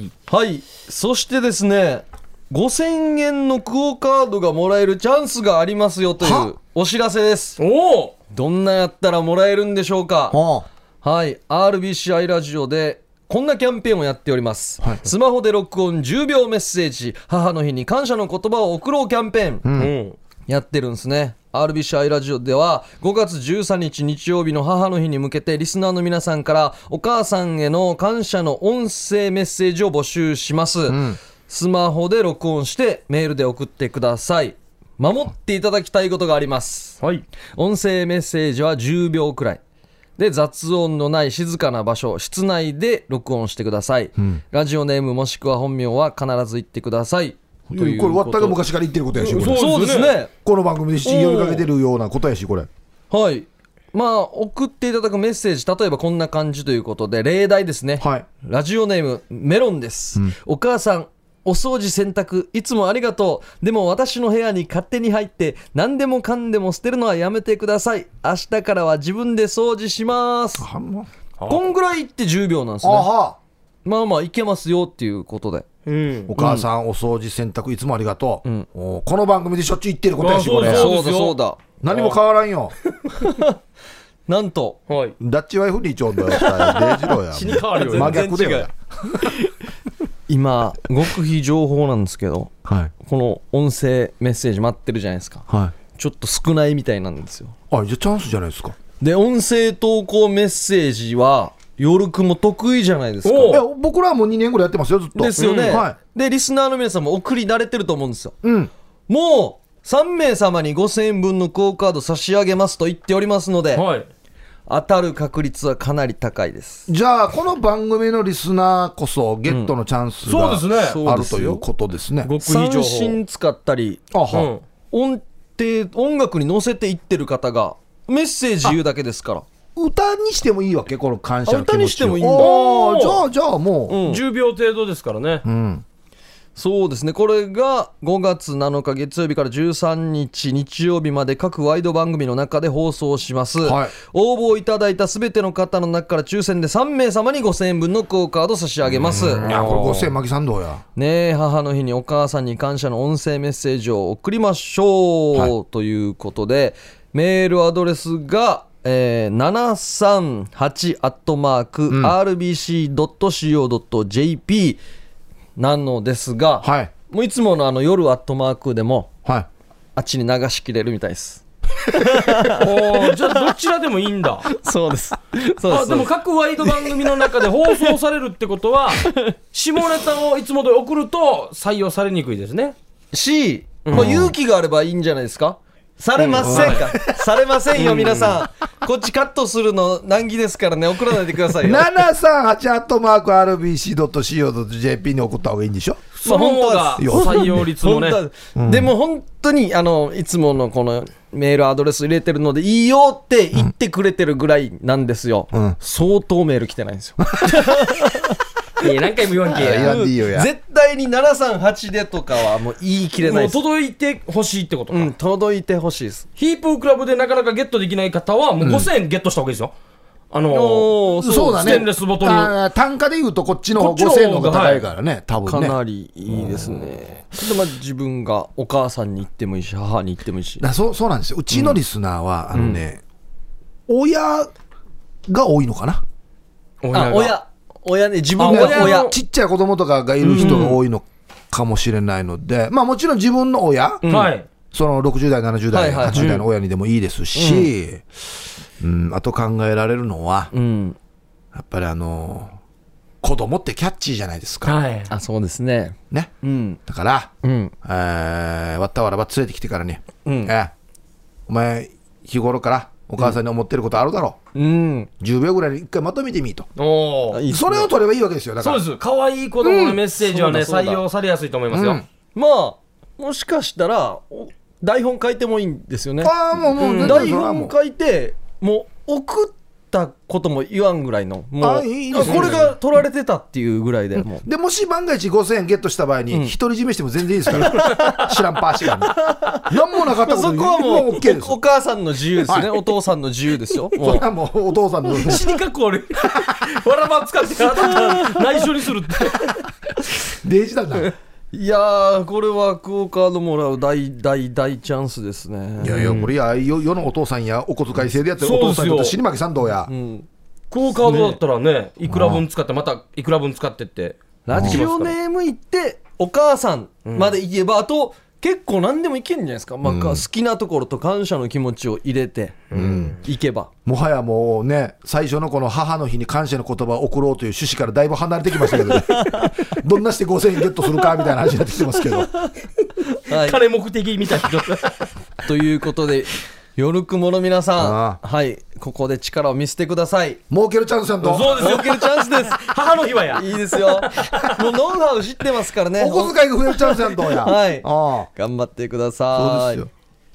Speaker 2: い。
Speaker 1: そしてですね5000円のクオカードがもらえるチャンスがありますよとい
Speaker 3: は
Speaker 1: うお知らせです
Speaker 2: おお
Speaker 1: どんなやったらもらえるんでしょうか
Speaker 3: お
Speaker 1: はい、RBCI ラジオでこんなキャンペーンをやっております、
Speaker 3: はい
Speaker 1: スマホで録音10秒メッセージ母の日に感謝の言葉を送ろうキャンペーン、
Speaker 2: うん。
Speaker 1: やってるんですね RBCI ラジオでは5月13日日曜日の母の日に向けてリスナーの皆さんからお母さんへの感謝の音声メッセージを募集します、スマホで録音してメールで送ってください守っていただきたいことがあります
Speaker 2: はい。
Speaker 1: 音声メッセージは10秒くらいで雑音のない静かな場所室内で録音してください、ラジオネームもしくは本名は必ず言ってください
Speaker 3: こと
Speaker 1: い
Speaker 3: れ
Speaker 1: う
Speaker 3: わった
Speaker 1: と
Speaker 3: が昔から言ってることやしこれ
Speaker 2: そ
Speaker 1: そうで
Speaker 2: うですす
Speaker 1: ね
Speaker 2: ね
Speaker 3: この番組で一時呼びかけてるようなことやしこれ
Speaker 1: はいまあ送っていただくメッセージ例えばこんな感じということで例題ですね、
Speaker 3: はい
Speaker 1: ラジオネームメロンです、お母さんお掃除洗濯いつもありがとうでも私の部屋に勝手に入って何でもかんでも捨てるのはやめてください明日からは自分で掃除します
Speaker 3: あもう
Speaker 1: こんぐらいって10秒なんです
Speaker 3: あ
Speaker 1: ね
Speaker 3: は
Speaker 1: まあまあいけますよっていうことで
Speaker 2: うん。
Speaker 3: お母さん、お掃除洗濯いつもありがとう、
Speaker 1: ん
Speaker 3: おこの番組でしょっちゅう言ってることやし
Speaker 2: あそ
Speaker 3: こ
Speaker 2: う
Speaker 3: れ
Speaker 2: そ
Speaker 1: そうだ
Speaker 2: うですよ
Speaker 1: そうだ
Speaker 3: 何も変わらんよ
Speaker 1: なんと
Speaker 2: はい。
Speaker 3: [laughs] ダッチワイフリーちょうどデージロや
Speaker 2: 死に変わるよ
Speaker 3: 真逆だよや
Speaker 1: 今極秘情報なんですけど
Speaker 3: はい
Speaker 1: この音声メッセージ待ってるじゃないですか
Speaker 3: はい
Speaker 1: ちょっと少ないみたいなんですよ
Speaker 3: あじゃあチャンスじゃないですか
Speaker 1: で音声投稿メッセージは夜くも得意じゃないですか
Speaker 2: お
Speaker 3: いや僕らはもう2年ぐらいやってますよずっと
Speaker 1: ですよね、
Speaker 3: うんはい
Speaker 1: でリスナーの皆さんも送り慣れてると思うんですよ
Speaker 3: うん
Speaker 1: もう3名様に5000円分のクオカード差し上げますと言っておりますので、
Speaker 2: はい。
Speaker 1: 当たる確率はかなり高いです
Speaker 3: じゃあこの番組のリスナーこそゲットのチャンスが、
Speaker 2: そうですね。
Speaker 3: あるということですね。
Speaker 2: 極秘情
Speaker 1: 三
Speaker 2: 報
Speaker 1: 振使ったり。
Speaker 3: あ
Speaker 2: う
Speaker 3: は
Speaker 2: ん。
Speaker 1: 音程音楽に乗せていってる方がメッセージ言うだけですから
Speaker 3: 歌にしてもいいわけこの感謝の気持ちを
Speaker 1: あ歌にしてもいいんだ
Speaker 3: おーじゃあじゃあもう、
Speaker 1: うん
Speaker 2: 10秒程度ですからね。
Speaker 1: そうですねこれが5月7日月曜日から13日日曜日まで各ワイド番組の中で放送します、
Speaker 3: はい
Speaker 1: 応募いただいた全ての方の中から抽選で3名様に5000円分のクオ・カード差し上げます
Speaker 3: いやこれ五千マギさんどうや。
Speaker 1: ねえ母の日にお母さんに感謝の音声メッセージを送りましょう、ということでメールアドレスが、えー、738アットマーク RBC.CO.JP なのですが、
Speaker 3: はい
Speaker 1: もういつものあの夜アットマークでも
Speaker 3: はい。
Speaker 1: あっちに流しきれるみたいです
Speaker 2: おお、じゃあどちらでもいい
Speaker 3: [laughs]
Speaker 2: んだ。
Speaker 1: そうですそうで
Speaker 2: あ
Speaker 1: す
Speaker 2: でも各ワイド番組の中で放送されるってこ
Speaker 3: [laughs]
Speaker 2: とは下ネタをいつもで送ると採用されにくいですね
Speaker 1: し、もう勇気があればいいんじゃないですかされませんか、されませんよ皆さんこっちカットするの難儀ですからね送らないでくださいよ
Speaker 3: 七三八アットマーク RBC ドット CO ドット JP に送った方がいいんでしょ。
Speaker 2: その方が
Speaker 3: まあ本当は
Speaker 2: 採用率もね
Speaker 1: 本当はでも本当にあのいつものこのメールアドレス入れてるのでいいよって言ってくれてるぐらいなんですよ、
Speaker 3: ん
Speaker 1: 相当メール来てないんですよ
Speaker 2: いや何回も言わんけ
Speaker 3: いや言
Speaker 2: や
Speaker 3: わんでいいよや。
Speaker 1: 絶対に738でとかはもう言い切れない
Speaker 2: もう
Speaker 1: です
Speaker 2: 届いてほしいってことか、
Speaker 1: うん、届いてほしいです
Speaker 2: ヒープークラブでなかなかゲットできない方はもう5000円ゲットしたわけですよ、あの
Speaker 1: おー
Speaker 3: そうだね。
Speaker 2: ステンレスボトル
Speaker 3: あー単価で言うとこっちの方
Speaker 2: こっちの方が
Speaker 3: 5000の方が高いからね、多分
Speaker 1: か
Speaker 3: ね。
Speaker 1: なりいいですね。ちょっとまあ自分がお母さんに言ってもいいし、母に言ってもいいし。
Speaker 3: だそうそうなんですよ。うちのリスナーは、あのね、親が多いのかな。
Speaker 1: あ、親。親ね、自分
Speaker 2: あ
Speaker 1: が
Speaker 2: 親の
Speaker 1: 親。
Speaker 3: ちっちゃい子供とかがいる人が多いのかもしれないので、まあもちろん自分の親、
Speaker 2: がはい。
Speaker 3: その60代、70代、
Speaker 1: はいはい
Speaker 3: 80代の親にでもいいですし、うん、あと考えられるのは、
Speaker 1: うん。
Speaker 3: やっぱりあの、子供ってキャッチーじゃないですか。
Speaker 2: はい。
Speaker 1: あ、そうですね。
Speaker 3: ね。
Speaker 1: うん。
Speaker 3: だから、
Speaker 1: うん。
Speaker 3: えー、わったわらば連れてきてからね、
Speaker 1: うん
Speaker 3: ええお前、日頃からお母さんに思ってることあるだろ
Speaker 1: うん。
Speaker 3: う、10秒ぐらいで一回まとめてみいと、
Speaker 2: おー
Speaker 1: いいっす
Speaker 3: そ
Speaker 1: ね
Speaker 3: れを取ればいいわけですよ、だか
Speaker 2: そう
Speaker 3: ら、
Speaker 2: です。可愛い子供のメッセージはね、
Speaker 1: うんそうだそう
Speaker 2: 採
Speaker 1: だ
Speaker 2: 用されやすいと思います
Speaker 3: う
Speaker 2: よ
Speaker 3: ん。
Speaker 1: まあ、もしかしたら、お台本書いてもいいんですよね。
Speaker 3: ああ、もう、もう、全然
Speaker 1: 台
Speaker 3: それはも
Speaker 1: 本
Speaker 3: う
Speaker 1: 書いて、もう送ったことも言わんぐらいの、も
Speaker 3: あ
Speaker 1: う、
Speaker 3: いいですね
Speaker 1: これが取られてたっていうぐらいで、
Speaker 3: [laughs]
Speaker 1: もう。
Speaker 3: でもし万が一5000円ゲットした場合
Speaker 1: うん
Speaker 3: に、独り占めしても全然いいです
Speaker 1: [laughs]
Speaker 3: から、知らんぱーしがね、なんもなかっ
Speaker 1: まあ
Speaker 3: たこと
Speaker 1: そ
Speaker 3: に
Speaker 1: こはもう、
Speaker 3: OK です
Speaker 1: おお
Speaker 3: よ、
Speaker 1: 母さんの自由ですよね。
Speaker 3: はい
Speaker 1: お父さんの自由
Speaker 3: [laughs]
Speaker 1: ですよ。
Speaker 3: そ
Speaker 1: も
Speaker 3: れ
Speaker 1: う
Speaker 3: はもうお父さんの、
Speaker 2: 死にかっこ悪い。わらば使って体内緒にするって。
Speaker 3: デイジだな。い
Speaker 1: いやー、これはクオカードもらう大大大チャンスですね。
Speaker 3: やいや、これや、世世のお父さんや、お小遣い制でやってるお父さんにとって死に負けさんどうや
Speaker 1: う。ん。
Speaker 2: クオカードだったらね、いくら分使って、またいくら分使ってって。
Speaker 1: ラジオネーム行って、お母さんまで行けば、あと、結構何でもいけるんじゃないですか。まあ、好きなところと感謝の気持ちを入れて、行けば。
Speaker 3: もはやもうね、最初のこの母の日に感謝の言葉を送ろうという趣旨からだいぶ離れてきましたけ
Speaker 1: [laughs]
Speaker 3: ど、ね、どんなして5000円ゲットするかみたいな話になってきてますけど、
Speaker 1: はい。
Speaker 2: 金目的みたいな。
Speaker 1: ということで、夜雲の皆さ
Speaker 3: あ
Speaker 1: ん、はい、ここで力を見せてください。
Speaker 3: 儲けるチャンスやんと、
Speaker 2: そうです
Speaker 1: 受
Speaker 2: よ。
Speaker 1: けるチャンス
Speaker 3: [laughs]
Speaker 1: です。
Speaker 2: 母の日はや。
Speaker 1: いいですよ。もうノウハウ知ってますからね。
Speaker 3: お小遣いが増えるチャンスやんとや。
Speaker 1: はい
Speaker 3: あ
Speaker 1: 頑張ってくだ
Speaker 3: あ
Speaker 1: さ
Speaker 3: そう
Speaker 1: い
Speaker 3: ですよ。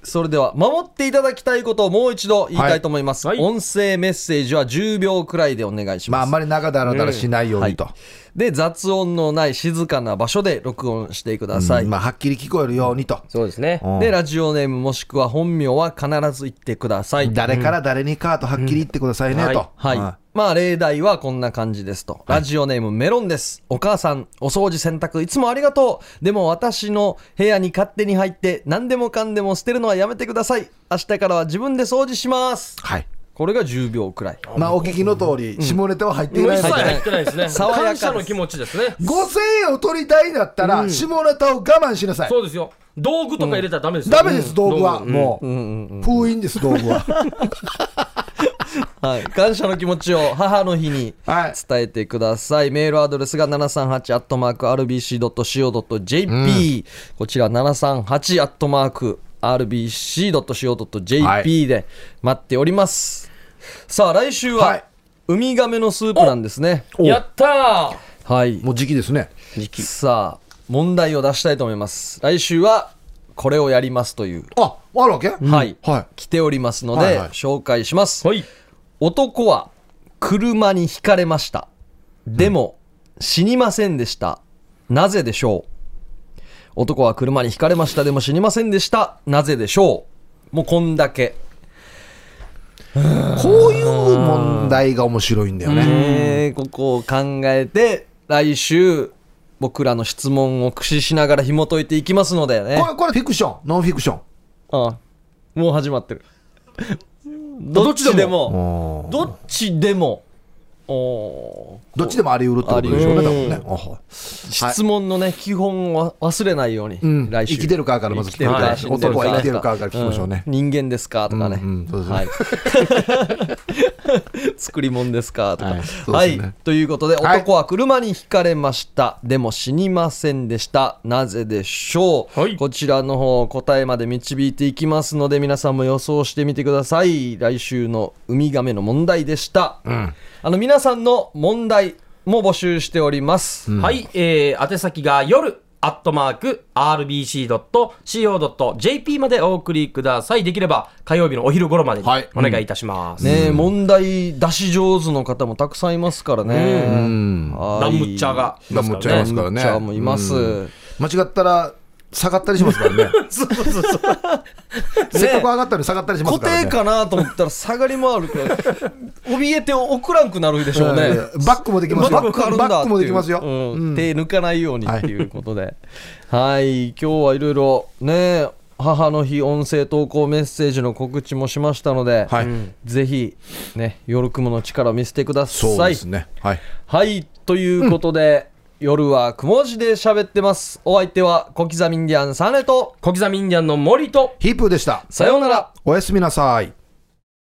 Speaker 1: それでは守っていただきたいことをもう一度言いたいと思います、
Speaker 2: はいはい
Speaker 1: 音声メッセージは10秒くらいでお願いし
Speaker 3: まあ、
Speaker 1: ます、
Speaker 3: あんまり長だらだらしないようにと、
Speaker 1: で雑音のない静かな場所で録音してください、
Speaker 3: うんまあ、はっきり聞こえるようにと、
Speaker 2: そうですね。
Speaker 3: うん
Speaker 1: でラジオネームもしくは本名は必ず言ってください、
Speaker 3: 誰から誰にかとはっきり言ってくださいねと、
Speaker 1: はい、
Speaker 3: あ
Speaker 1: まあ例題はこんな感じですと、ラジオネームメロンですお母さんお掃除洗濯いつもありがとうでも私の部屋に勝手に入って何でもかんでも捨てるのはやめてください明日からは自分で掃除します
Speaker 3: はい
Speaker 1: これが10秒くらい
Speaker 3: まあ、お聞きの通り、下ネタは入ってい
Speaker 2: もう
Speaker 3: ない
Speaker 2: 一
Speaker 3: の
Speaker 2: 切
Speaker 3: で、
Speaker 2: 入ってないですね。
Speaker 1: 爽やかで
Speaker 2: 感
Speaker 1: す
Speaker 2: 謝の気持ちですね。
Speaker 3: 5000円を取りたいんだったら、下ネタを我慢しなさい。
Speaker 2: そうですよ。道具とか入れたらダメですよ。
Speaker 3: ダメです、道具は。
Speaker 2: うん
Speaker 3: もう、封印です、道具は。
Speaker 1: はい、感謝の気持ちを母の日に
Speaker 3: はい
Speaker 1: 伝えてください、メールアドレスが 738-rbc.co.jp、こちら 738-rbc.co.jp で待っております、さあ来週は、
Speaker 3: はい
Speaker 1: ウミガメのスープなんですね
Speaker 2: やったー
Speaker 1: はい
Speaker 3: もう時期ですね。
Speaker 1: さあ問題を出したいと思います来週はこれをやりますという、
Speaker 3: あ、あるわけは
Speaker 1: はい
Speaker 3: は
Speaker 1: 来ておりますので、
Speaker 3: はいはい
Speaker 1: 紹介します、
Speaker 2: はい。
Speaker 1: 男は車にひかれました。でも、死にませんでした。なぜでしょう男は車にひかれました。でも死にませんでした。なぜでしょうもうこんだけ。
Speaker 3: い。こういう問題が面白いんだよね。
Speaker 1: えーここを考えて、来週、僕らの質問を駆使しながら紐解いていきますのでね
Speaker 3: こ。れ、これフィクション、ノンフィクション。
Speaker 1: ああもう始まってる。どっちでも、どっちでも、おー
Speaker 3: どっちでもあり得るってことでしょうね、多分ね。あはい
Speaker 1: 質問のね、基本を忘れないように、
Speaker 3: うん
Speaker 1: 来週
Speaker 3: 生きてるかからまず
Speaker 1: 生きてるか
Speaker 2: はい
Speaker 1: 死んでる
Speaker 3: 男は生きてるかから聞きましょうね
Speaker 1: ん。人間ですかとかね、
Speaker 3: うんうんそうですね [laughs]
Speaker 1: はい作り物ですかとかは
Speaker 3: はいいそうですね
Speaker 1: ということで
Speaker 3: はい
Speaker 1: 男は車にひかれました、でも死にませんでしたなぜでしょう、
Speaker 2: はい
Speaker 1: こちらの方答えまで導いていきますので皆さんも予想してみてください来週のウミガメの問題でした、あの皆さんの問題も募集しております、
Speaker 2: はい、えー、宛先が夜、アットマーク、rbc.co.jp までお送りください。できれば、火曜日のお昼頃までに
Speaker 3: はい
Speaker 2: お願いいたします。
Speaker 1: ねえ、問題出し上手の方もたくさんいますからね。
Speaker 3: うん。
Speaker 1: はい
Speaker 2: ラムッチャーが。
Speaker 3: ダムっちゃ
Speaker 2: ね
Speaker 3: いますから
Speaker 1: ラムッ
Speaker 3: ね。
Speaker 1: チャーもいます
Speaker 3: うん間違ったら、下がったりしますから
Speaker 1: [laughs]
Speaker 3: ね。
Speaker 2: そうそうそうそう。
Speaker 3: せっかく上がったのに下がったりします
Speaker 1: 固
Speaker 3: からね。
Speaker 1: 定かなと思ったら下がりもあるから、怯えて送らんくなるでしょう
Speaker 3: え
Speaker 1: ね。
Speaker 3: ーバックもできますよ。
Speaker 1: バックあるんだっていう
Speaker 3: バックもできますよ。
Speaker 1: うん
Speaker 3: うん
Speaker 1: 手抜かないようにっていうことで。はい、今日はいろいろね、母の日音声投稿メッセージの告知もしましたので、
Speaker 3: はい
Speaker 1: ぜひ、ね、夜雲の力を見せてください。
Speaker 3: そうですね。はい。
Speaker 1: はい、ということで、夜は雲字で喋ってます。お相手は小刻みインディアンサネと、
Speaker 2: 小刻みインディアンの森と、
Speaker 3: ヒープーでした。
Speaker 1: さようなら。
Speaker 3: おやすみなさい。